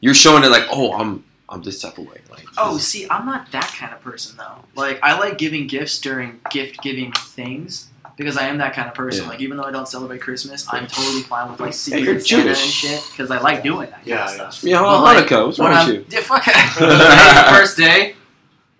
Speaker 4: you're showing it like oh I'm I'm this type of way. Like
Speaker 5: Oh,
Speaker 4: this-
Speaker 5: see, I'm not that kind of person though. Like, I like giving gifts during gift giving things because I am that kind of person.
Speaker 4: Yeah.
Speaker 5: Like, even though I don't celebrate Christmas, I'm totally fine with like
Speaker 4: Yeah, you're
Speaker 5: secret Santa and
Speaker 4: Jewish.
Speaker 5: shit because I like doing that.
Speaker 2: Yeah,
Speaker 5: kind
Speaker 2: yeah.
Speaker 5: of stuff.
Speaker 4: yeah,
Speaker 5: Well,
Speaker 4: Hanukkah.
Speaker 5: like,
Speaker 4: what's
Speaker 5: When
Speaker 4: wrong
Speaker 5: I'm,
Speaker 4: with you?
Speaker 5: Yeah, fuck it. Today's the first day.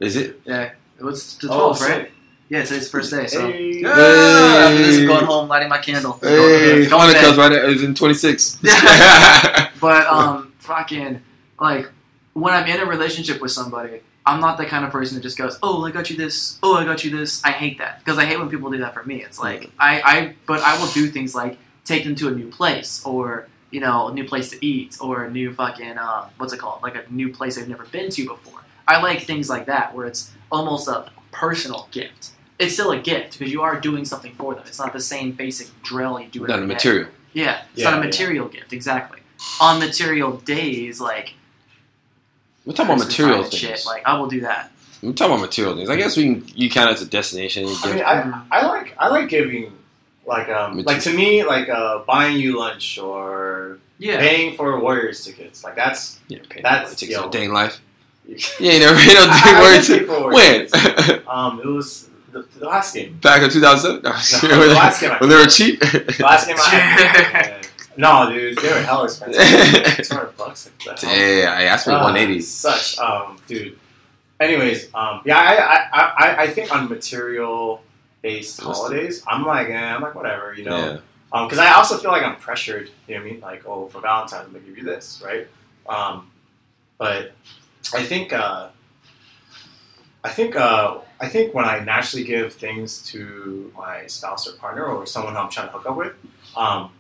Speaker 4: Is it?
Speaker 5: Yeah, it was the 12th,
Speaker 2: Oh,
Speaker 5: right?
Speaker 2: sick.
Speaker 5: Yeah, today's the first day. So
Speaker 2: Hey.
Speaker 4: Yeah.
Speaker 5: Ah, after this, I'm going home, lighting my candle.
Speaker 4: Hey,
Speaker 5: Going to bed. Going to
Speaker 4: Hanukkah's
Speaker 5: bed.
Speaker 4: right. It was in 26.
Speaker 5: Yeah. But um, fucking like when I'm in a relationship with somebody, I'm not the kind of person that just goes, "Oh, I got you this. Oh, I got you this." I hate that because I hate when people do that for me. It's like I, I, but I will do things like take them to a new place or you know a new place to eat or a new fucking um, what's it called like a new place I've never been to before. I like things like that where it's almost a personal gift. It's still a gift because you are doing something for them. It's not the same basic drill you do.
Speaker 4: Not a
Speaker 5: every day.
Speaker 4: material.
Speaker 5: Yeah, it's
Speaker 2: Yeah,
Speaker 5: not a
Speaker 2: yeah.
Speaker 5: material gift, exactly. On material days, like
Speaker 4: We're talking about
Speaker 5: Christmas time
Speaker 4: material
Speaker 5: and
Speaker 4: things.
Speaker 5: shit, like I will do that.
Speaker 4: We're talking about material things. I guess we can, you count it as a destination.
Speaker 2: I mean,
Speaker 4: Gift.
Speaker 5: Um,
Speaker 2: I, I like I like giving like um
Speaker 4: Me too.
Speaker 2: like to me like uh buying you lunch or
Speaker 5: Yeah,
Speaker 2: paying for Warriors tickets. Like that's.
Speaker 4: Yeah, okay.
Speaker 2: That's-
Speaker 4: it takes
Speaker 2: yo.
Speaker 4: a day in life. You ain't never paid
Speaker 2: I- I
Speaker 4: no
Speaker 2: did
Speaker 4: day
Speaker 2: pay for
Speaker 4: When?
Speaker 2: Warriors tickets. Um, it was the, the last game.
Speaker 4: Back in 2007? No,
Speaker 2: No, the last game I-
Speaker 4: when they were cheap?
Speaker 2: The last game I had. No, dude, they were hella expensive. Two hundred bucks. Like, what the hell?
Speaker 4: Hey, I asked for
Speaker 2: Ah,
Speaker 4: 180s.
Speaker 2: Such, um, dude. Anyways, um, yeah, I, I, I, I think on material based
Speaker 4: Just-
Speaker 2: holidays, I'm like, eh, I'm like, whatever, you know.
Speaker 4: Yeah.
Speaker 2: Um, because I also feel like I'm pressured. You know what I mean? Like, oh, for Valentine's, I'm gonna give you this, right? Um, but I think, uh, I think, uh, I think when I naturally give things to my spouse or partner or someone who I'm trying to hook up with, um,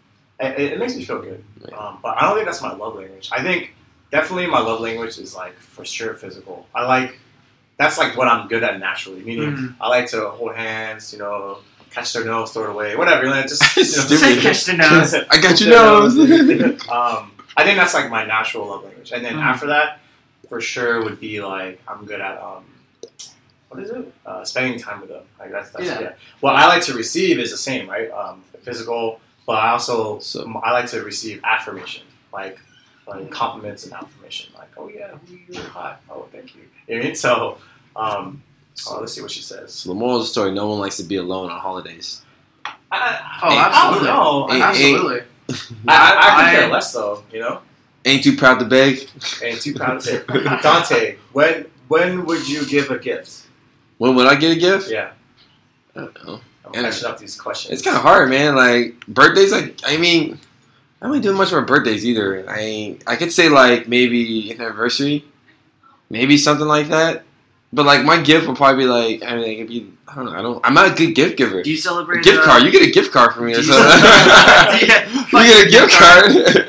Speaker 2: it, it- it makes me feel good.
Speaker 4: Yeah.
Speaker 2: Um, but I don't think that's my love language. I think definitely my love language is like for sure physical. I like that's like what I'm good at naturally. Meaning
Speaker 5: Mhm.
Speaker 2: I like to hold hands, you know, catch their nose, throw it away, whatever. Like, just you
Speaker 5: Just
Speaker 2: know,
Speaker 5: say
Speaker 4: Stupid.
Speaker 5: catch the nose.
Speaker 4: I got your nose.
Speaker 2: um, I think that's like my natural love language. And then
Speaker 5: Mhm.
Speaker 2: after that, for sure would be like I'm good at um, what is it? Uh, spending time with them. Like that's, that's
Speaker 5: Yeah.
Speaker 2: yeah. What I like to receive is the same, right? Um, physical, but I also
Speaker 4: So-
Speaker 2: I like to receive affirmation, like like compliments and affirmation, like oh yeah, you're hot. Oh thank you. You know what I mean? So. Um, oh, let's see what she says.
Speaker 4: so the moral of the story: No one likes to be alone on holidays.
Speaker 2: I,
Speaker 5: Oh,
Speaker 4: Hey,
Speaker 2: I, I don't
Speaker 5: absolutely.
Speaker 2: know.
Speaker 4: Hey,
Speaker 2: I,
Speaker 5: Absolutely.
Speaker 2: I, I could
Speaker 5: I-
Speaker 2: care less though. You know.
Speaker 4: Ain't too proud to beg.
Speaker 2: and two pounds of tape. Dante, when when would you give a gift?
Speaker 4: When would I get a gift?
Speaker 2: Yeah,
Speaker 4: I don't know.
Speaker 2: I'm
Speaker 4: And-
Speaker 2: catching up these questions.
Speaker 4: It's kind of hard, man. Like birthdays, like I mean, I don't really do much for birthdays either. I I could say like maybe an anniversary, maybe something like that. But like my gift would probably be like I mean, it'd be I don't know. I don't. I'm not a good gift giver.
Speaker 5: Do you celebrate
Speaker 4: gift
Speaker 5: uh,
Speaker 4: card. You get a gift card from me or
Speaker 5: Do you- uh,
Speaker 4: something.
Speaker 5: Yeah,
Speaker 4: you
Speaker 5: fuck
Speaker 4: get
Speaker 5: your
Speaker 4: a gift card.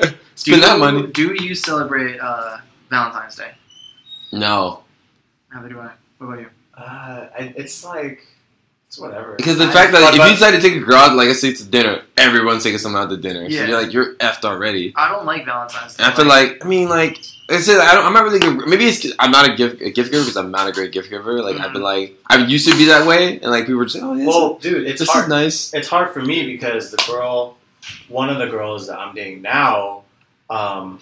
Speaker 5: Do
Speaker 4: Spend that
Speaker 5: you-
Speaker 4: money.
Speaker 5: Do you celebrate uh, Valentine's Day?
Speaker 4: No,
Speaker 5: Neither do I. What about you?
Speaker 2: Uh, I- it's like it's whatever.
Speaker 4: because the
Speaker 5: I-
Speaker 4: fact that
Speaker 2: But-
Speaker 4: if
Speaker 2: but-
Speaker 4: you decide to take a girl, out, like I say, to dinner, everyone's taking someone out to dinner.
Speaker 5: Yeah.
Speaker 4: So you're like you're effed already.
Speaker 5: I don't like Valentine's Day.
Speaker 4: And I feel like I mean like I said I don't, I'm not really good. Maybe it's I'm not a gift a gift giver because I'm not a great gift giver. Like I've been like I used to be that way, and like people were just like, oh yeah,
Speaker 2: well, dude, it's
Speaker 4: this
Speaker 2: hard.
Speaker 4: is nice.
Speaker 2: it's hard for me because the girl, one of the girls that I'm dating now, um,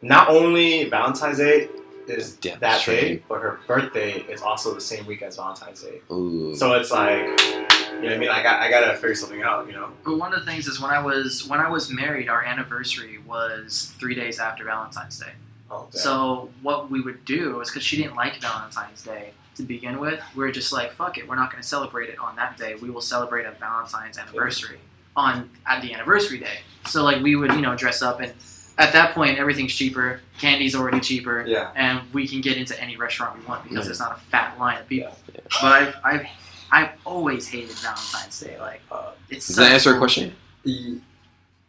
Speaker 2: not only Valentine's Day is
Speaker 4: Damn
Speaker 2: that
Speaker 4: straight.
Speaker 2: day, but her birthday is also the same week as Valentine's Day.
Speaker 4: Ooh.
Speaker 2: So it's like, you know what I mean? Like I, I gotta figure something out, you know?
Speaker 5: But one of the things is when I was when I was married, our anniversary was three days after Valentine's Day.
Speaker 2: Oh, damn.
Speaker 5: So what we would do is because she didn't like Valentine's Day to begin with, we are just like, fuck it, we're not going to celebrate it on that day. We will celebrate a Valentine's anniversary on at the anniversary day. So like we would you know dress up and at that point everything's cheaper, candy's already cheaper,
Speaker 2: yeah.
Speaker 5: and we can get into any restaurant we want because
Speaker 4: Yeah.
Speaker 5: it's not a fat line of people. But I've, I've I've always hated Valentine's Day. Like
Speaker 2: Uh,
Speaker 5: it's
Speaker 4: Does that
Speaker 5: such
Speaker 4: answer a
Speaker 5: bullshit.
Speaker 4: question?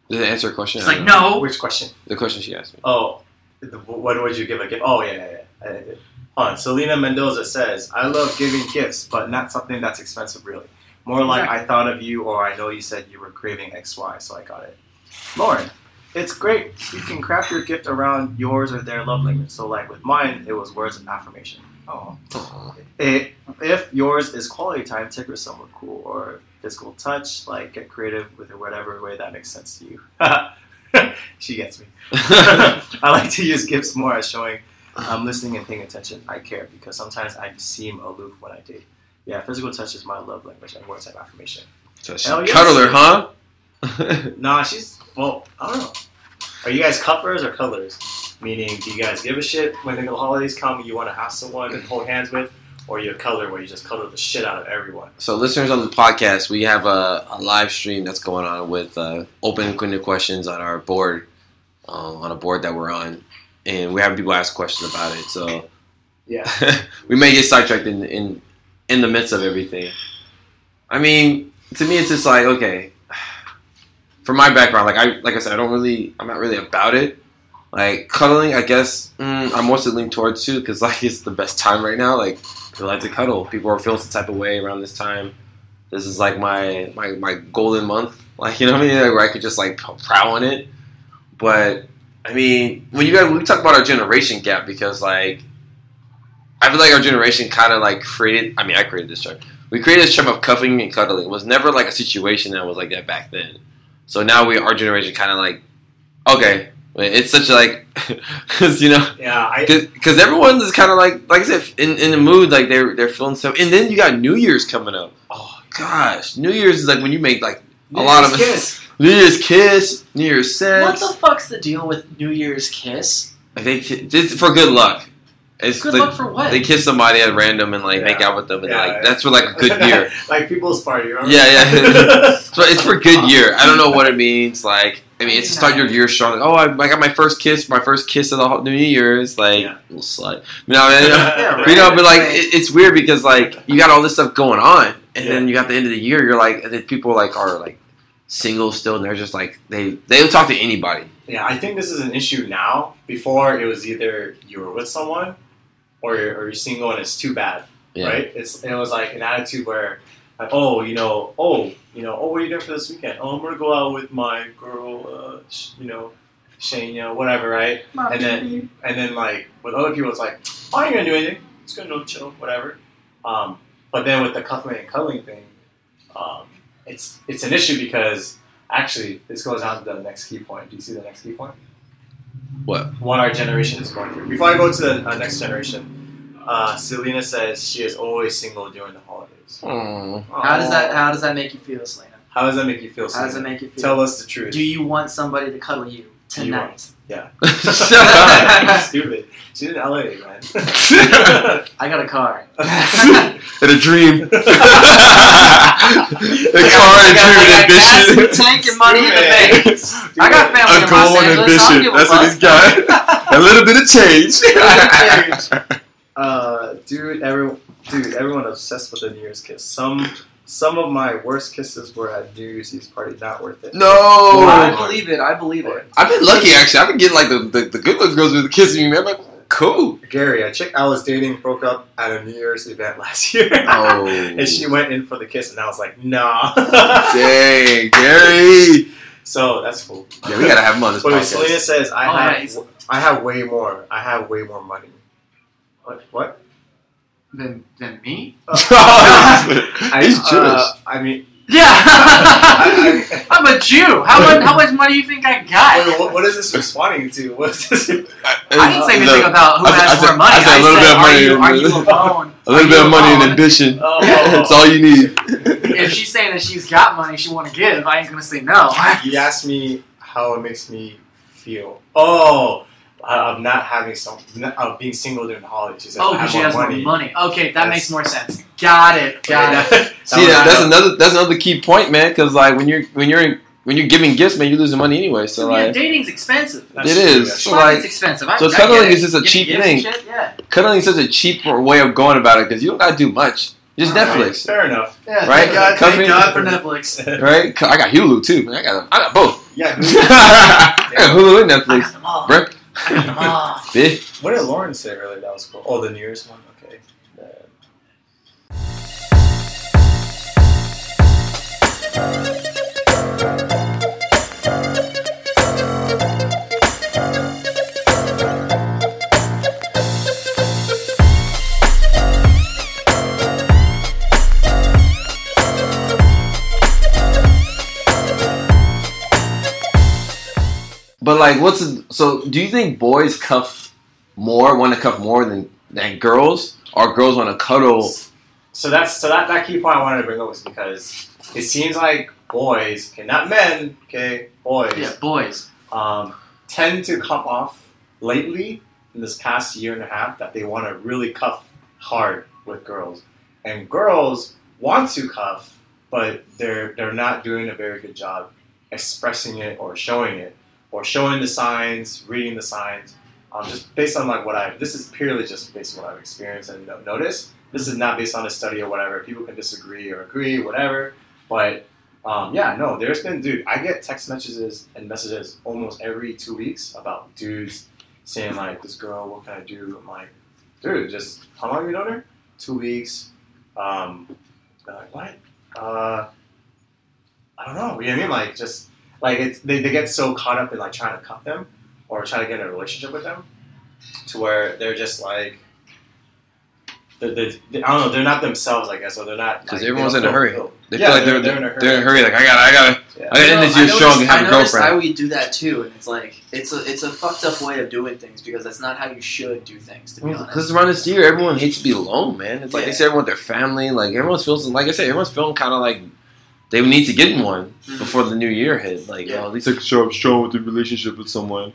Speaker 4: Does that answer a question?
Speaker 5: It's
Speaker 4: I
Speaker 5: like
Speaker 4: don't know.
Speaker 5: no,
Speaker 2: Which question?
Speaker 4: The question she asked me.
Speaker 2: Oh, the- what would you give a gift? Oh, yeah, yeah, yeah. I did. Hold on. Selena Mendoza says, I love giving gifts, but not something that's expensive, really. More like I thought of you, or I know you said you were craving XY, so I got it. Lauren, it's great. You can craft your gift around yours or their love language. So, like with mine, it was words of affirmation. Oh.
Speaker 4: Aw.
Speaker 2: It, if yours is quality time, take with someone cool or physical touch, like get creative with it, whatever way that makes sense to you. she gets me. I like to use gifts more as showing I'm listening and paying attention. I care because sometimes I seem aloof when I date. Yeah, physical touch is my love language and words of affirmation.
Speaker 4: so she
Speaker 2: Hell yes.
Speaker 4: cuddler, huh?
Speaker 2: Nah, she's well, I don't know. Are you guys cuffers or cuddlers? Meaning, do you guys give a shit when the holidays come? You want to have someone and hold hands with, or you're a cuddler where you just cuddle the shit out of everyone?
Speaker 4: So, listeners on the podcast, we have a, a live stream that's going on with uh, open Quinder questions on our board, um, on a board that we're on, and we have people ask questions about it. So,
Speaker 2: Yeah.
Speaker 4: we may get sidetracked in, in in the midst of everything. I mean, to me, it's just like okay, from my background, like I like I said, I don't really, I'm not really about it. Like cuddling, I guess mm, I'm mostly leaning towards too because like it's the best time right now. Like people like to cuddle. People are feeling some type of way around this time. This is like my my, my golden month. Like you know what I mean? Like, where I could just like prowl on it. But I mean, when you guys we talk about our generation gap because like I feel like our generation kind of like created. I mean, I created this term. We created this term of cuffing and cuddling. It was never like a situation that was like that back then. So now we our generation kind of like okay. It's such a like because you know
Speaker 2: Yeah, I
Speaker 4: because everyone is kind of like like I said in, in the mood like they're they're feeling so and then you got New Year's coming up.
Speaker 2: oh,
Speaker 4: Gosh, New Year's is like when you make like A lot of-
Speaker 2: kiss.
Speaker 4: New Year's kiss, New Year's
Speaker 5: what
Speaker 4: sex.
Speaker 5: the fuck's the deal with New Year's kiss?
Speaker 4: like they ki- just for good luck. It's
Speaker 5: Good
Speaker 4: like,
Speaker 5: luck for what?
Speaker 4: They kiss somebody at random and like
Speaker 2: Yeah.
Speaker 4: make out with them and
Speaker 2: Yeah,
Speaker 4: like
Speaker 2: yeah.
Speaker 4: that's for like a good year.
Speaker 2: like people's party. Remember?
Speaker 4: Yeah, yeah. So it's for good year. I don't know what it means. Like, I mean, it's to start your year strong. Like, oh, I, I got my first kiss, my first kiss of the whole New Year's. Like,
Speaker 2: Yeah.
Speaker 4: little slut. You know, what I mean?
Speaker 5: Yeah,
Speaker 4: you
Speaker 5: right.
Speaker 4: know, but like, it, it's weird because like you got all this stuff going on, and
Speaker 2: Yeah.
Speaker 4: then you got the end of the year. You're like, and then people like are like single still, and they're just like they they'll talk to anybody.
Speaker 2: Yeah, I think this is an issue now. Before it was either you were with someone, or you're, or you're single and it's too bad,
Speaker 4: Yeah.
Speaker 2: right? It's it was like an attitude where, like, oh, you know, oh, you know, oh, what are you doing for this weekend? Oh, I'm gonna go out with my girl, uh, sh- you know, Shania, whatever, right? And then and then like with other people, it's like, oh, I ain't gonna do anything. It's gonna go chill, whatever. Um, but then with the cuffing and cuddling thing, um, it's it's an issue because actually this goes on to the next key point. Do you see the next key point?
Speaker 4: What?
Speaker 2: What our generation is going through. Before I go to the uh, next generation, uh, Selena says she is always single during the holidays.
Speaker 4: Oh,
Speaker 5: How does that how does that make you feel, Selena?
Speaker 2: How does that make you feel?
Speaker 5: How does it
Speaker 2: Selena?
Speaker 5: make you feel?
Speaker 2: Tell us the truth.
Speaker 5: Do you want somebody to cuddle you
Speaker 2: Do you want-
Speaker 5: tonight?
Speaker 4: Shut
Speaker 5: up.
Speaker 2: Stupid. She's in LA, man.
Speaker 5: I got a car.
Speaker 4: In a dream.
Speaker 2: The
Speaker 5: I got- I got
Speaker 4: ambition.
Speaker 5: gas, Tank and money in the bank.
Speaker 2: Stupid.
Speaker 5: I got family
Speaker 4: A
Speaker 5: in
Speaker 4: goal
Speaker 5: Los
Speaker 4: and
Speaker 5: Angeles. I don't
Speaker 4: ambition.
Speaker 5: give a fuck.
Speaker 4: That's what he's got. A little bit of change.
Speaker 2: Uh, dude, every dude, everyone obsessed with the New Year's kiss. Some some of my worst kisses were at New Year's Eve party. Not worth it.
Speaker 4: no.
Speaker 5: Oh, I believe it. I believe it.
Speaker 4: I've been lucky actually. I've been getting like the, the, the good looking girls with the kissing me, man. I'm like, cool.
Speaker 2: Gary, a chick I was dating broke up at a New Year's event last year,
Speaker 4: Oh.
Speaker 2: and she went in for the kiss, and I was like, nah.
Speaker 4: Oh. Dang, Gary.
Speaker 2: so that's cool.
Speaker 4: Yeah, we gotta have him on this
Speaker 2: Wait, wait, Selena
Speaker 4: podcast.
Speaker 2: says I
Speaker 5: Oh,
Speaker 2: have
Speaker 5: nice.
Speaker 2: I have way more. I have way more money. What? What?
Speaker 5: Than than me?
Speaker 4: He's
Speaker 2: I,
Speaker 4: Jewish.
Speaker 2: uh, I mean,
Speaker 5: Yeah.
Speaker 2: I- I-
Speaker 5: I'm a Jew. How much how much money do you think I got?
Speaker 2: wait, what, what is this responding to? What is this?
Speaker 5: I didn't say anything about who
Speaker 4: I said-
Speaker 5: has
Speaker 4: I said-
Speaker 5: more money.
Speaker 4: I said a little bit of
Speaker 5: are
Speaker 4: money
Speaker 5: You,
Speaker 4: in
Speaker 5: are
Speaker 4: the-
Speaker 5: you alone?
Speaker 4: A little
Speaker 5: Are
Speaker 4: bit
Speaker 5: you
Speaker 4: of money and
Speaker 5: alone?
Speaker 4: ambition.
Speaker 2: Oh.
Speaker 4: That's all you need.
Speaker 5: If she's saying that she's got money, she want to give. I ain't gonna say no.
Speaker 2: you asked me how it makes me feel. Oh, uh, of not having some, of being single during the holidays. She said,
Speaker 5: Oh,
Speaker 2: I have
Speaker 5: because she
Speaker 2: more
Speaker 5: has more
Speaker 2: money.
Speaker 5: money. Okay, that
Speaker 2: That's-
Speaker 5: makes more sense. Got it. Got it.
Speaker 4: See, that, that's another that's another key point, man. Because like when you're when you're when you're giving gifts, man, you're losing money anyway. So
Speaker 5: yeah,
Speaker 4: like
Speaker 5: dating's expensive.
Speaker 2: That's
Speaker 4: it
Speaker 2: true,
Speaker 4: is.
Speaker 2: that's
Speaker 4: So,
Speaker 5: Fuck,
Speaker 4: like-
Speaker 5: it's expensive. I,
Speaker 4: so
Speaker 5: I get
Speaker 4: cuddling
Speaker 5: it.
Speaker 4: is just a
Speaker 5: Giving
Speaker 4: cheap
Speaker 5: gifts
Speaker 4: thing.
Speaker 5: and Shit, yeah.
Speaker 4: cuddling is such a cheap way of going about it because you don't gotta do much. Just
Speaker 5: All
Speaker 4: Netflix,
Speaker 2: Fair enough.
Speaker 5: Yeah,
Speaker 4: Right?
Speaker 5: Thank God,
Speaker 4: Cuffing-
Speaker 5: thank God for Netflix.
Speaker 4: right? I got Hulu too, man. I got I got both.
Speaker 2: yeah.
Speaker 4: I got Hulu and
Speaker 5: I
Speaker 4: Netflix,
Speaker 5: got them all.
Speaker 4: bruh.
Speaker 5: I got them all.
Speaker 4: Bitch.
Speaker 2: What did Lauren say earlier? That was cool. Oh, the New Year's one. Okay. Uh,
Speaker 4: But like, what's the, so? Do you think boys cuff more, want to cuff more than than girls, or girls want to cuddle?
Speaker 2: So that's so that, that key point I wanted to bring up was because it seems like boys, okay, not men, okay, boys,
Speaker 5: Yeah, boys.
Speaker 2: um, tend to come off lately in this past year and a half that they want to really cuff hard with girls, and girls want to cuff, but they're they're not doing a very good job expressing it or showing it or showing the signs, reading the signs. Um, just based on like what I this is purely just based on what I've experienced and no- noticed. This is not based on a study or whatever. People can disagree or agree, whatever. But um, yeah, no, there's been dude. I get text messages and messages almost every two weeks about dudes saying like, "This girl, what can I do?" I'm like, dude, just how long have you known her? Two weeks. Um, they're like, what? Uh, I don't know. You know what I mean? Like, just like it's they, they get so caught up in like trying to cut them or trying to get in a relationship with them to where they're just like. They're, they're, I don't know. They're not themselves, I guess, or they're not.
Speaker 4: 'Cause
Speaker 2: like, they
Speaker 4: everyone's
Speaker 2: don't
Speaker 4: in a
Speaker 2: feel
Speaker 4: hurry.
Speaker 2: fulfilled.
Speaker 4: They
Speaker 2: Yeah,
Speaker 4: feel like
Speaker 2: they're-
Speaker 4: they're
Speaker 2: they're in a hurry.
Speaker 4: They're in a hurry. Like I gotta I gotta I
Speaker 2: Yeah.
Speaker 4: gotta end
Speaker 5: You
Speaker 4: this
Speaker 5: know,
Speaker 4: year
Speaker 5: I
Speaker 4: strong and
Speaker 5: noticed-
Speaker 4: have a
Speaker 5: I noticed
Speaker 4: girlfriend.
Speaker 5: I would do that too, and it's like
Speaker 3: It's a it's a fucked up way of doing things because that's not how you should do things. To be honest,
Speaker 4: Because around this year, everyone hates to be alone, man. It's like they
Speaker 3: Yeah.
Speaker 4: say everyone with their family. Like everyone's feels like I said, everyone's feeling kind of like they need to get in one
Speaker 5: Mhm.
Speaker 4: before the new year hit. Like
Speaker 3: Yeah.
Speaker 4: oh, at least like sure I'm strong with the relationship with someone.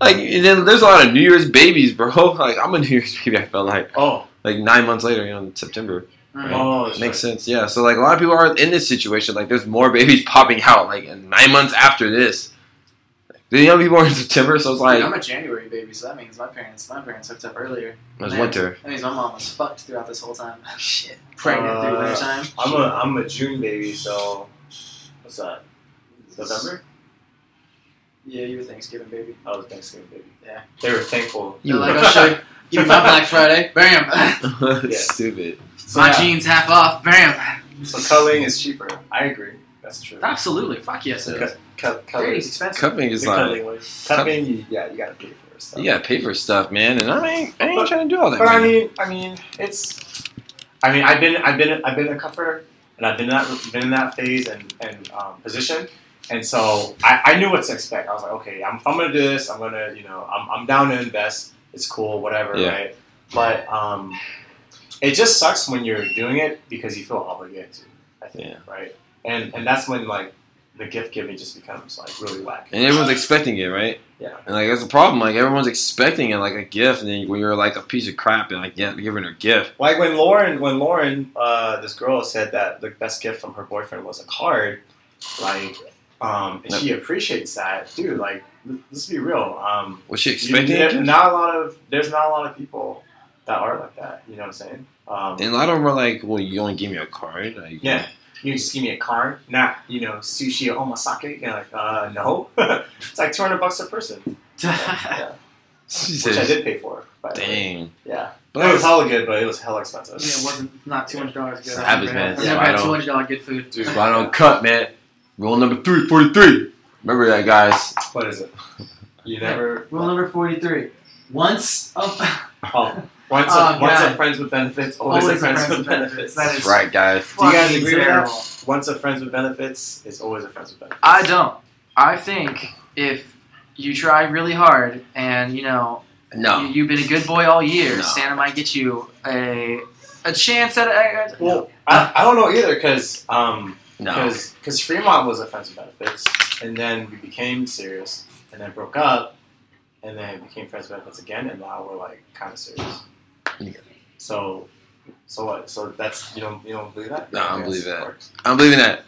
Speaker 4: Like and then there's a lot of New Year's babies, bro. Like I'm a New Year's baby. I felt like
Speaker 2: Oh,
Speaker 4: like nine months later, you know, in September.
Speaker 5: Mm.
Speaker 2: oh, that's
Speaker 4: Makes sense, yeah. So like a lot of people are in this situation. Like there's more babies popping out. Like nine months after this, the young people are in September, so it's
Speaker 5: Dude,
Speaker 4: like
Speaker 5: I'm a January baby, so that means my parents my parents hooked up earlier.
Speaker 4: it's
Speaker 5: Man,
Speaker 4: winter.
Speaker 5: That means my mom was fucked throughout this whole time. Shit,
Speaker 2: Uh,
Speaker 5: pregnant through winter time.
Speaker 2: I'm a I'm a June baby, so what's that? November?
Speaker 3: Yeah, you were Thanksgiving baby.
Speaker 2: Oh, it was Thanksgiving, baby.
Speaker 3: Yeah.
Speaker 2: They were thankful.
Speaker 5: They're like, oh, should I give you my Black Friday? Bam.
Speaker 4: Stupid.
Speaker 2: So,
Speaker 5: my
Speaker 2: yeah,
Speaker 5: jeans half off. Bam.
Speaker 2: so coloring is cheaper. I agree. That's true.
Speaker 5: Absolutely. Fuck yes, it is.
Speaker 2: Co-
Speaker 5: Dating's
Speaker 2: colours.
Speaker 5: expensive.
Speaker 4: Cuffing is
Speaker 2: The
Speaker 4: like
Speaker 2: coloring was- Cupping, you, yeah, you gotta pay for it. so.
Speaker 4: you gotta pay for stuff, man, and I ain't, I ain't trying to do all that.
Speaker 2: uh, But I
Speaker 4: man.
Speaker 2: mean, I mean, it's. I mean, I've been, I've been, I've been a cuffer, and I've been in that, been in that phase and, and um, position, and so I, I knew what to expect. I was like, okay, I'm, if I'm gonna do this, I'm gonna, you know, I'm, I'm down to invest. It's cool, whatever,
Speaker 4: Yeah.
Speaker 2: right? But um, it just sucks when you're doing it because you feel obligated to. I think,
Speaker 4: Yeah.
Speaker 2: right? And and that's when like the gift giving just becomes like really wacky.
Speaker 4: and everyone's expecting it, right?
Speaker 2: Yeah.
Speaker 4: And like that's the problem. Like everyone's expecting it, like a gift, and then when you're like a piece of crap, and like yeah, giving her a gift.
Speaker 2: Like when Lauren, when Lauren, uh, this girl said that the best gift from her boyfriend was a card, like, um, and she appreciates that, dude. Like, l- let's be real. Um,
Speaker 4: Was she
Speaker 2: you-
Speaker 4: expecting
Speaker 2: there-
Speaker 4: it?
Speaker 2: not a lot of there's not a lot of people that are like that. You know what I'm saying? Um,
Speaker 4: And a lot of them were like, "Well, you only gave me a card." Like,
Speaker 2: yeah, you just give me a card, not you know sushi or omasake. You're like, uh, no, it's like 200 bucks a person, yeah,
Speaker 4: She
Speaker 2: which I
Speaker 4: says,
Speaker 2: did pay for. By the way.
Speaker 4: "Dang."
Speaker 2: yeah,
Speaker 4: But
Speaker 2: it
Speaker 4: that
Speaker 2: was
Speaker 4: was,
Speaker 2: hella good, but it was hella expensive.
Speaker 5: Yeah, it wasn't not two hundred dollars good.
Speaker 2: It's
Speaker 5: I've
Speaker 4: habits,
Speaker 5: never
Speaker 4: man.
Speaker 5: had- I've
Speaker 4: Yeah,
Speaker 5: never
Speaker 4: I
Speaker 5: had
Speaker 4: don't-
Speaker 5: two hundred dollar good food.
Speaker 2: Dude,
Speaker 4: why don't cut, man? Rule number three, forty-three. Remember that, guys.
Speaker 2: what is it? You never
Speaker 5: Rule number forty three. Once a
Speaker 2: Oh, once
Speaker 5: Oh,
Speaker 2: a, once
Speaker 5: God.
Speaker 2: a friends with benefits, always, a friends, with benefits.
Speaker 5: That
Speaker 4: That's
Speaker 5: is-
Speaker 4: right, guys.
Speaker 2: Do you guys
Speaker 5: fucking
Speaker 2: agree with that?
Speaker 5: terrible.
Speaker 2: Once a friends with benefits is always a friends with benefits.
Speaker 5: I don't. I think if you try really hard and you know
Speaker 4: No,
Speaker 5: you, have been a good boy all year,
Speaker 4: No.
Speaker 5: Santa might get you a a chance at a, a-
Speaker 2: Well, I, I don't know either because um
Speaker 4: no.
Speaker 2: because Fremont was a friends with benefits, and then we became serious, and then broke up, and then became friends with benefits again, and now we're like kind of serious.
Speaker 4: Yeah.
Speaker 2: So. So what? So that's you don't you don't believe that?
Speaker 4: No, I don't
Speaker 2: Yes, of
Speaker 4: believe that.
Speaker 2: course.
Speaker 4: I'm believing that.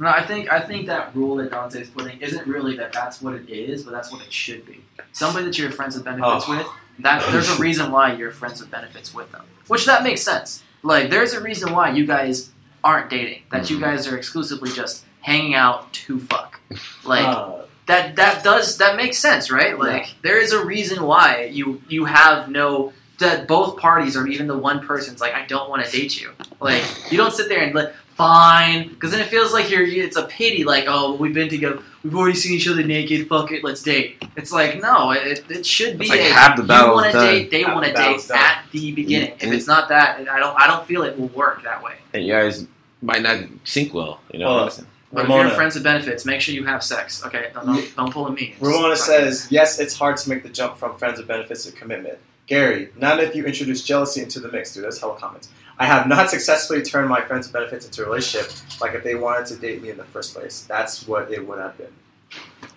Speaker 5: No, I think I think that rule that Dante's putting isn't really that that's what it is, but that's what it should be. Somebody that you're friends with benefits
Speaker 2: Oh.
Speaker 5: with, that there's a reason why you're friends with benefits with them. Which that makes sense. Like there's a reason why you guys aren't dating. That you
Speaker 4: Mhm.
Speaker 5: guys are exclusively just hanging out to fuck. Like
Speaker 2: Uh,
Speaker 5: that that does that makes sense, right? Like there is a reason why you you have no that both parties or even the one person's like I don't want to date you. Like you don't sit there and like fine because then it feels like you're you- it's a pity like oh we've been together we've already seen each other naked fuck it let's date. It's like no it, it should be
Speaker 4: It's like
Speaker 5: a-
Speaker 4: half the
Speaker 5: you
Speaker 4: battle
Speaker 5: want
Speaker 4: is
Speaker 5: to
Speaker 4: done. Mm-hmm.
Speaker 5: date they
Speaker 2: Half
Speaker 5: want
Speaker 2: the
Speaker 5: to
Speaker 2: battle's
Speaker 5: date
Speaker 2: done.
Speaker 5: at the beginning.
Speaker 4: and
Speaker 5: if
Speaker 4: it-
Speaker 5: it's not that I don't I don't feel it will work that way.
Speaker 4: And you guys might not sync well. You know.
Speaker 2: Well,
Speaker 4: Listen.
Speaker 5: But if
Speaker 2: Ramona.
Speaker 5: you're friends with benefits, make sure you have sex. Okay, don't, don't, don't pull a me. It's
Speaker 2: Ramona
Speaker 5: fucking-
Speaker 2: says, yes, it's hard to make the jump from friends with benefits to commitment. Gary, not if you introduce jealousy into the mix, dude. That's hella comments. I have not successfully turned my friends with benefits into a relationship, like if they wanted to date me in the first place. That's what it would have been.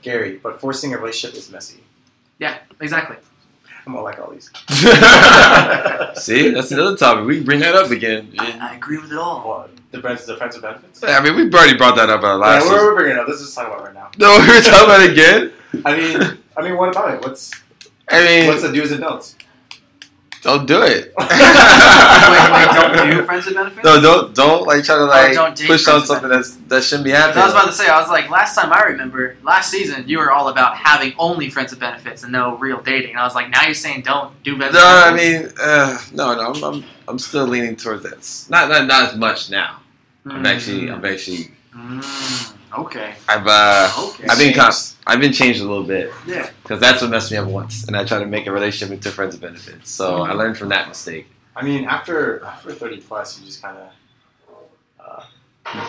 Speaker 2: Gary, but forcing a relationship is messy.
Speaker 5: Yeah, exactly.
Speaker 2: I'm all like all these.
Speaker 5: Oh.
Speaker 4: See, that's another topic. We can bring that up again.
Speaker 5: I, I agree with it all.
Speaker 2: Well, the friends, the friends with benefits.
Speaker 4: I mean, we already brought that up our
Speaker 2: Yeah,
Speaker 4: last. season.
Speaker 2: we're, we're bringing it up. Let's just talk about it right now.
Speaker 4: No, we were talking about it again.
Speaker 2: I mean, I mean, what about it? What's
Speaker 4: I mean,
Speaker 2: what's the do's and don'ts?
Speaker 4: don't do it.
Speaker 5: wait, wait, don't do friends with benefits?
Speaker 4: No, don't don't like try to like
Speaker 5: Oh, don't date
Speaker 4: push
Speaker 5: friends
Speaker 4: on
Speaker 5: with
Speaker 4: something that's that shouldn't be
Speaker 5: 'Cause I was
Speaker 4: happening.
Speaker 5: about to say, I was like, last time I remember, last season, you were all about having only friends with benefits and no real dating. And I was like, now you're saying don't do friends
Speaker 4: No, I
Speaker 5: with benefits.
Speaker 4: mean, uh, no, no, I'm, I'm I'm still leaning towards this. Mm. Not not not as much now. I'm actually I'm actually
Speaker 5: Mm, okay.
Speaker 4: I've uh
Speaker 5: Okay.
Speaker 4: I've been con- I've been changed a little bit
Speaker 5: yeah.
Speaker 4: because that's what messed me up once, and I tried to make a relationship into friends with benefits. So I learned from that mistake.
Speaker 2: I mean, after after 30 plus, you just kind of uh,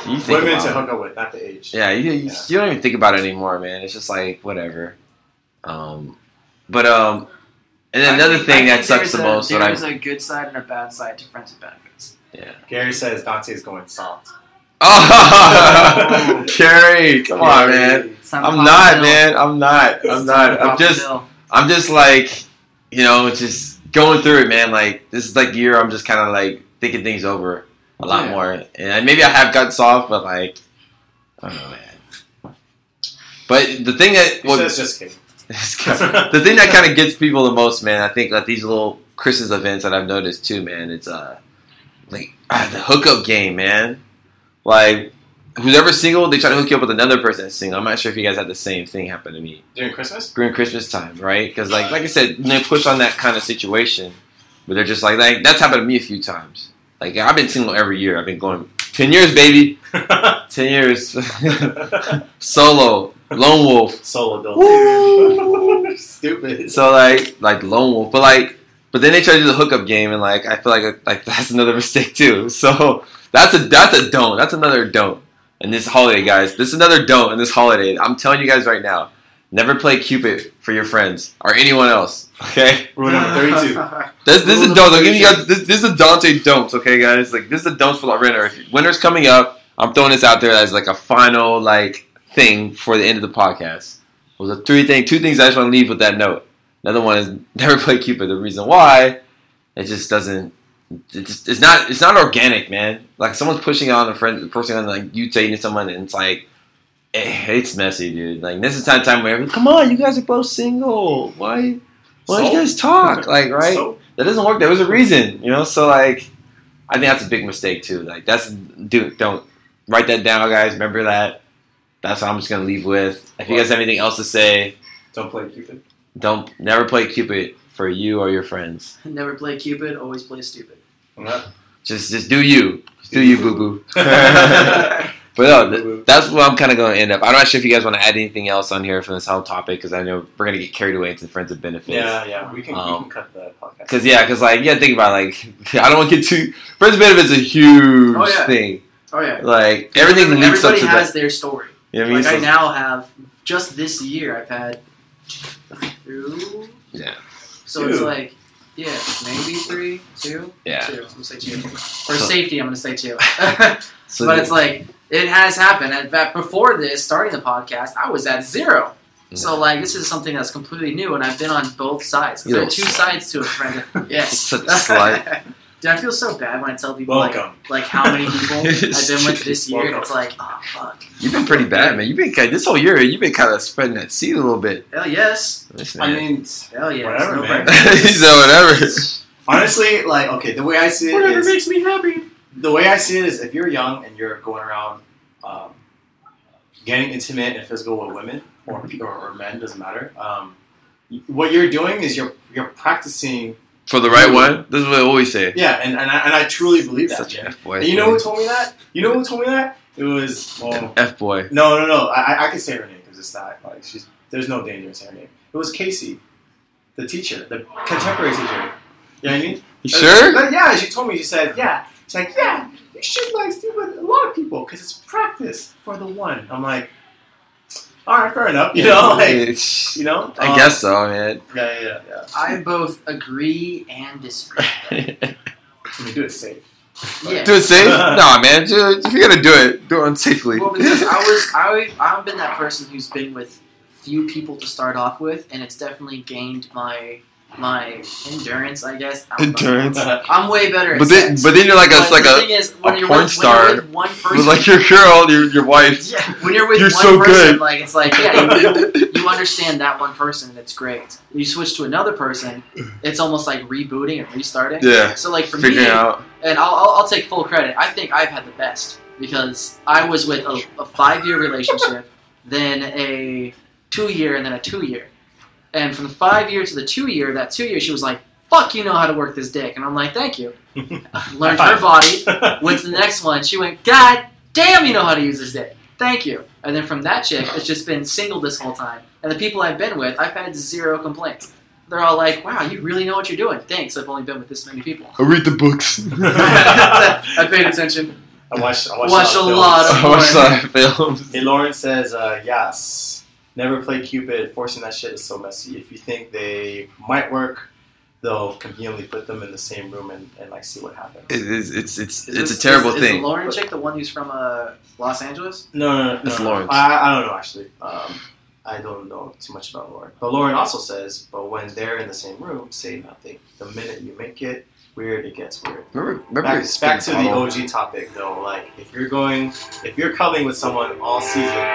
Speaker 4: You think
Speaker 2: women
Speaker 4: about
Speaker 2: to
Speaker 4: it.
Speaker 2: hook up with, not the age.
Speaker 4: Yeah, you, you,
Speaker 2: Yeah.
Speaker 4: you don't even think about it anymore, man. It's just like whatever. Um, but um, and then
Speaker 5: I
Speaker 4: another
Speaker 5: think- I
Speaker 4: thing that
Speaker 5: think
Speaker 4: sucks the
Speaker 5: there's a-
Speaker 4: most that I
Speaker 5: There's a good side and a bad side to friends with benefits.
Speaker 2: Gary says Dante's going soft.
Speaker 4: oh, Carrie, come on,
Speaker 2: Gary.
Speaker 4: man.
Speaker 5: It's not
Speaker 4: I'm
Speaker 5: the
Speaker 4: not,
Speaker 5: Papa
Speaker 4: man. I'm not.
Speaker 5: Bill.
Speaker 4: I'm
Speaker 5: It's not
Speaker 4: not.
Speaker 5: the
Speaker 4: I'm
Speaker 5: Papa
Speaker 4: just.
Speaker 5: Bill.
Speaker 4: I'm just like, you know, just going through it, man. Like this is like year. I'm just kind of like thinking things over a lot
Speaker 5: Yeah.
Speaker 4: more, and maybe I have gotten soft, but like, I don't know, man. But the thing that
Speaker 2: He
Speaker 4: well,
Speaker 2: says just kidding.
Speaker 4: the thing that kind of gets people the most, man, I think that these little Christmas events that I've noticed too, man, it's uh like ah, the hookup game, man. Like who's ever single, they try to hook you up with another person that's single. I'm not sure if you guys had the same thing happen to me
Speaker 2: during Christmas.
Speaker 4: during Christmas time, right? Because like like I said, they push on that kind of situation, but they're just like like that's happened to me a few times. Like I've been single every year. I've been going ten years, baby, ten years, solo, lone wolf.
Speaker 2: Solo
Speaker 4: Woo!
Speaker 2: adult. Stupid.
Speaker 4: So like like lone wolf, but like but then they try to do the hookup game, and like I feel like like that's another mistake too. So that's a that's a don't. That's another don't. And this holiday, guys, this is another don't. And this holiday, I'm telling you guys right now, never play Cupid for your friends or anyone else. Okay,
Speaker 2: Rule number thirty-two.
Speaker 4: this this is don't. I'm giving you guys this, this is a Dante don't. Okay, guys, like this is a don't for the winter. If winter's coming up, I'm throwing this out there as like a final like thing for the end of the podcast. It was a three thing, two things I just want to leave with that note. Another one is never play Cupid. The reason why it just doesn't. It just, it's not. It's not organic, man. Like someone's pushing it on a friend, pushing it on like you dating someone, and it's like eh, it's messy, dude. Like this is time time where come on, you guys are both single. Why? Why don't you
Speaker 2: So?
Speaker 4: guys talk? Like right?
Speaker 2: So,
Speaker 4: that doesn't work. There was a reason, you know. So like, I think that's a big mistake too. Like that's dude, don't write that down, guys. Remember that. That's what I'm just gonna leave with. If you guys have anything else to say,
Speaker 2: don't play Cupid.
Speaker 4: don't never play Cupid for you or your friends.
Speaker 5: Never play Cupid, always play stupid.
Speaker 4: Just just do you, Just do you, boo boo. but no, th- that's where I'm kind of gonna end up. I'm not sure if you guys want to add anything else on here from this whole topic because I know we're gonna get carried away into friends of benefits.
Speaker 2: Yeah, yeah, we can, we
Speaker 4: Um,
Speaker 2: can cut the podcast.
Speaker 4: Cause yeah, cause like yeah, think about it, like I don't want to get too. Friends of benefits is a huge
Speaker 5: Oh, yeah.
Speaker 4: thing.
Speaker 5: Oh yeah.
Speaker 4: Like everything
Speaker 5: Everybody,
Speaker 4: leaps up to
Speaker 5: has
Speaker 4: that.
Speaker 5: their story.
Speaker 4: You know what I mean?
Speaker 5: like I
Speaker 4: So-
Speaker 5: now have just this year I've had two.
Speaker 4: Yeah.
Speaker 5: So it's
Speaker 2: Two.
Speaker 5: like yeah, maybe three, two,
Speaker 4: yeah.
Speaker 5: two. I'm gonna say two. For
Speaker 4: So-
Speaker 5: safety, I'm gonna say two.
Speaker 4: So
Speaker 5: but it's like it has happened. And that before this, starting the podcast, I was at zero. So like this is something that's completely new, and I've been on both sides. 'Cause
Speaker 4: You
Speaker 5: There are
Speaker 4: little
Speaker 5: two
Speaker 4: slut.
Speaker 5: sides to a friend. yes.
Speaker 4: Such a slut.
Speaker 5: Dude, I feel so bad when I tell people like,
Speaker 2: Welcome.
Speaker 5: like how many people I've been with this year, and
Speaker 2: Welcome.
Speaker 5: it's like, oh fuck.
Speaker 4: you've been pretty bad, man. You've been kind this whole year. You've been kind of spreading that seed a little bit.
Speaker 5: Hell yes.
Speaker 4: Listen,
Speaker 2: I
Speaker 4: man.
Speaker 2: mean,
Speaker 5: Hell yes.
Speaker 2: Whatever,
Speaker 5: no
Speaker 2: man.
Speaker 5: brainer.
Speaker 4: so whatever.
Speaker 2: honestly, like, okay, the way I see it is.
Speaker 5: makes me happy.
Speaker 2: the way I see it is if you're young and you're going around um, getting intimate and physical with women or, or, or men, doesn't matter. Um, what you're doing is you're you're practicing.
Speaker 4: For the right one, this is what I always say.
Speaker 2: Yeah, and, and, I, and I truly believe that.
Speaker 4: Such
Speaker 2: Jay.
Speaker 4: an f boy.
Speaker 2: And you know who told me that? You know who told me that? It was well,
Speaker 4: F boy.
Speaker 2: no, no, no. I, I- I can say her name because it's not like she's. There's no danger in saying her name. It was Casey, the teacher, the contemporary teacher. You know what I mean?
Speaker 4: You
Speaker 2: Uh,
Speaker 4: sure?
Speaker 2: but yeah, she told me. She said, yeah. She's like, yeah, you should like sleep with a lot of people because it's practice for the one. I'm like, all right, fair enough. You know, like, you know.
Speaker 4: I
Speaker 2: um,
Speaker 4: guess so, man.
Speaker 2: Yeah, yeah, yeah.
Speaker 5: I both agree and disagree.
Speaker 4: do
Speaker 2: I mean, do it safe.
Speaker 5: Yeah.
Speaker 4: it safe? nah, man. Do it- If you're gonna do it, do it safely.
Speaker 5: Well, because I was, I, I've been that person who's been with few people to start off with, and it's definitely gained my my endurance, I guess. I don't know.
Speaker 4: Endurance.
Speaker 5: I'm way better. At
Speaker 4: But then,
Speaker 5: sex.
Speaker 4: but then you're like a
Speaker 5: But
Speaker 4: like
Speaker 5: the
Speaker 4: a
Speaker 5: thing is, when you're
Speaker 4: porn
Speaker 5: with,
Speaker 4: star
Speaker 5: When you're with one person,
Speaker 4: with like your girl, your your wife.
Speaker 5: yeah, when you're with
Speaker 4: You're
Speaker 5: one
Speaker 4: so
Speaker 5: person,
Speaker 4: good.
Speaker 5: like it's like yeah, you, you understand that one person, and it's great. You switch to another person, it's almost like rebooting and restarting.
Speaker 4: Mm. yeah.
Speaker 5: So like for
Speaker 4: Figuring
Speaker 5: me,
Speaker 4: out.
Speaker 5: and I'll, I'll, I'll take full credit. I think I've had the best because I was with a, a five year relationship, then a two year, and then a two year. And from the five year to the two year, that two year, she was like, fuck, you know how to work this dick. And I'm like, thank you. Learned
Speaker 2: High
Speaker 5: her
Speaker 2: five.
Speaker 5: body. Went to the next one. She went, God damn, you know how to use this dick. Thank you. And then from that chick, it's just been single this whole time. And the people I've been with, I've had zero complaints. They're all like, wow, you really know what you're doing. Thanks, I've only been with this many people.
Speaker 4: I read the books.
Speaker 2: I
Speaker 5: I paid attention.
Speaker 2: watched. I watched,
Speaker 5: Watched a lot
Speaker 2: films.
Speaker 5: of-
Speaker 4: I watched a lot of films.
Speaker 2: Hey, Lauren says, uh, yes. Never play Cupid. Forcing that shit is so messy. If you think they might work, they'll conveniently put them in the same room and, and like see what happens.
Speaker 4: It is, it's
Speaker 5: Is
Speaker 4: it's it's
Speaker 5: this-
Speaker 4: a terrible
Speaker 5: is, Is
Speaker 4: thing.
Speaker 5: the Lauren chick the one who's from uh, Los Angeles?
Speaker 2: No, no, no.
Speaker 4: That's
Speaker 2: no, no.
Speaker 4: Lawrence.
Speaker 2: I, I don't know actually. Um, I don't know too much about Lauren. But Lauren also says, but when they're in the same room, say nothing. The minute you make it weird, it gets weird.
Speaker 4: remember, remember
Speaker 2: Back, back to the
Speaker 4: Spinbottle?
Speaker 2: OG topic though. Like if you're going, if you're cuddling with someone all season,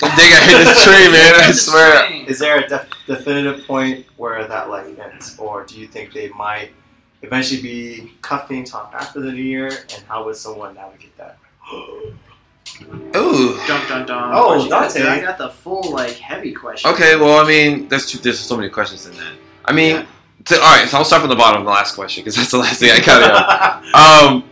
Speaker 4: I think I hit this tree, man. I
Speaker 5: It's
Speaker 4: swear.
Speaker 5: strange.
Speaker 2: is there a def- definitive point where that like ends, or do you think they might eventually be cuffing talk after the new year, and how would someone navigate that?
Speaker 4: Ooh.
Speaker 5: Dun, dun, dun.
Speaker 2: Oh,
Speaker 5: Question,
Speaker 2: Dante.
Speaker 5: dude, I got the full like heavy question.
Speaker 4: Okay. Well, I mean, that's too, there's so many questions in that. I mean, to- all right. So I'll start from the bottom, the last question, because that's the last thing I got. out. Um,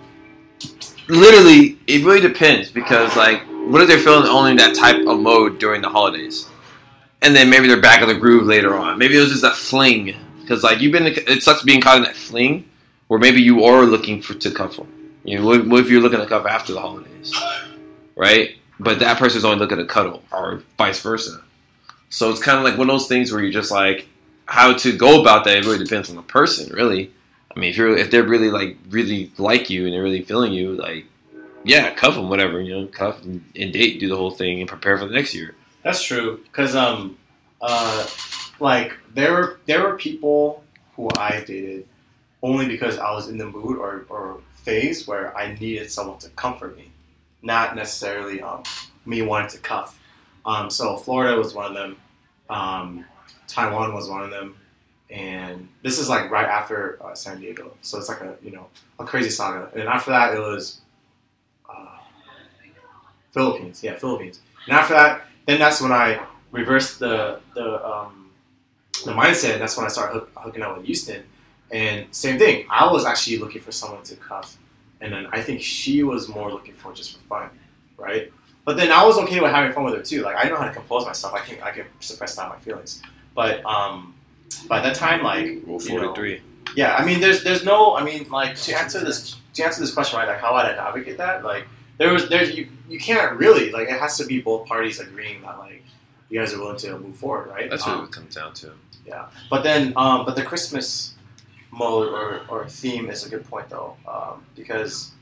Speaker 4: literally, it really depends because, like, what if they're feeling only that type of mode during the holidays, and then maybe they're back in the groove later on. Maybe it was just that fling because, like, you've been it sucks being caught in that fling where maybe you are looking for to cuffle. You know, what, what if you're looking to cuff after the holidays, right? But that person's only looking to cuddle, or vice versa. So it's kind of like one of those things where you're just like, how to go about that. It really depends on the person, really. I mean, if you're if they're really like really like you and they're really feeling you, like yeah, cuff them, whatever, you know, cuff and, and date, do the whole thing, and prepare for the next year.
Speaker 2: That's true. Cause um, uh, like there were there were people who I dated only because I was in the mood or or phase where I needed someone to comfort me, not necessarily um me wanting to cuff. Um, so Florida was one of them. Um, Taiwan was one of them. And this is like right after uh, San Diego, so it's like a you know a crazy saga. And after that, it was uh, Philippines, yeah, Philippines. And after that, then that's when I reversed the the um, the mindset. That's when I started hook, hooking up with Houston, and same thing. I was actually looking for someone to cuff, and then I think she was more looking for just for fun, right? But then I was okay with having fun with her too. Like I know how to compose myself. I can I can suppress down my feelings. But um, by that time, like
Speaker 4: Rule
Speaker 2: You know.
Speaker 4: three.
Speaker 2: yeah, I mean, there's there's no, I mean, like to answer this to answer this question right, like how I'd navigate that, like there was there's you you can't really like it has to be both parties agreeing that like you guys are willing to move forward, right?
Speaker 4: That's
Speaker 2: Um,
Speaker 4: what it comes down to.
Speaker 2: but then, um, but the Christmas mode or, or theme is a good point though, um, because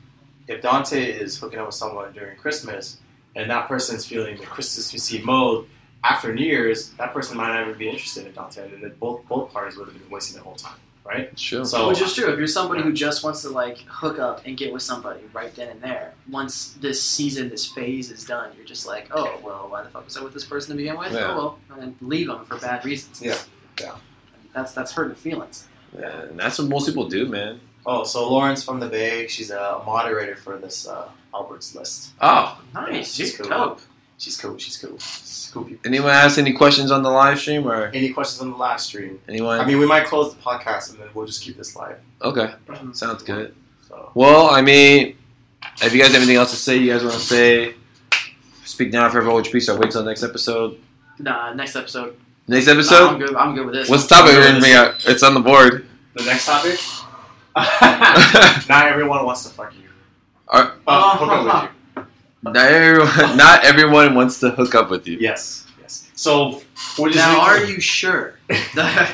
Speaker 2: if Dante is hooking up with someone during Christmas and that person's feeling the Christmassy mode after New Year's, that person might not even be interested in Dante, and then both both parties would have been wasting their whole time, right?
Speaker 4: Sure.
Speaker 2: So
Speaker 5: Which is true. If you're somebody who just wants to like hook up and get with somebody right then and there, once this season, this phase is done, you're just like, oh well, why the fuck was I with this person to begin with?
Speaker 4: Yeah.
Speaker 5: Oh well, and then leave them for bad reasons.
Speaker 2: Yeah. Yeah.
Speaker 5: That's that's hurting feelings.
Speaker 4: Yeah, and that's what most people do, man.
Speaker 2: Oh, so Lauren's from the Bay. She's a moderator for this uh, Albert's list.
Speaker 4: Oh,
Speaker 5: Nice,
Speaker 2: Yeah,
Speaker 5: dude,
Speaker 2: cool.
Speaker 5: dope.
Speaker 2: She's cool. She's cool. She's cool people.
Speaker 4: anyone ask any questions on the live stream or
Speaker 2: Any questions on the live stream?
Speaker 4: anyone?
Speaker 2: I mean, we might close the podcast and then we'll just keep this live.
Speaker 4: okay,
Speaker 5: Mhm.
Speaker 4: sounds good.
Speaker 2: So
Speaker 4: Well, I mean, if you guys have anything else to say, you guys want to say, speak now for everyone, which piece, or wait till the next episode.
Speaker 5: Nah, next episode.
Speaker 4: Next
Speaker 5: Nah,
Speaker 2: Um,
Speaker 5: I'm
Speaker 4: episode.
Speaker 5: good. I'm good with this.
Speaker 4: What's the topic we're gonna bring out? It's on the board.
Speaker 2: the next topic. Not everyone wants to fuck you.
Speaker 4: Are-
Speaker 2: Uh, hook up with
Speaker 4: Not everyone, not everyone wants to hook up with you.
Speaker 2: you. Yes. Yes. So we'll just
Speaker 5: now, are
Speaker 2: make-
Speaker 5: you sure?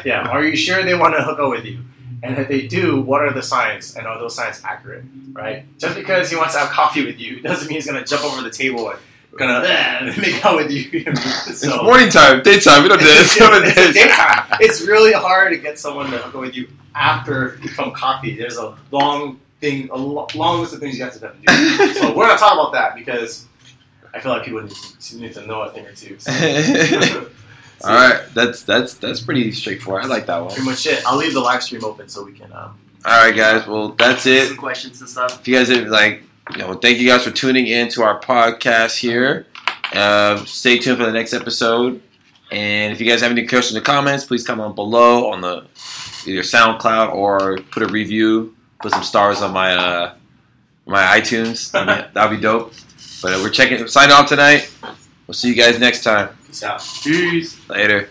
Speaker 2: yeah. Are you sure they want to hook up with you? And if they do, what are the signs? And are those signs accurate? Right? Just because he wants to have coffee with you doesn't mean he's gonna jump over the table and gonna "Eh," make out with you.
Speaker 4: It's
Speaker 2: so,
Speaker 4: morning time, daytime. We don't do this. We don't do
Speaker 2: It's
Speaker 4: this.
Speaker 2: daytime. it's really hard to get someone to hook up with you after from coffee. There's a long thing, a lo- long list of things you have to do. so we're gonna talk about that because I feel like people need to, need to know a thing or two. So. So,
Speaker 4: All right, that's that's that's pretty straightforward. I like that one.
Speaker 2: Pretty much it. I'll leave the live stream open so we can. Um,
Speaker 4: All right, guys. Well, that's it.
Speaker 5: Some questions and stuff.
Speaker 4: If you guys have, like, you know, thank you guys for tuning in to our podcast here. Uh, stay tuned for the next episode. And if you guys have any questions or comments, please comment below on the either SoundCloud or put a review, put some stars on my uh, my iTunes. That'd be- that'd be dope. But uh, we're checking. Sign off tonight. We'll see you guys next time.
Speaker 2: peace out.
Speaker 5: Peace.
Speaker 4: Later.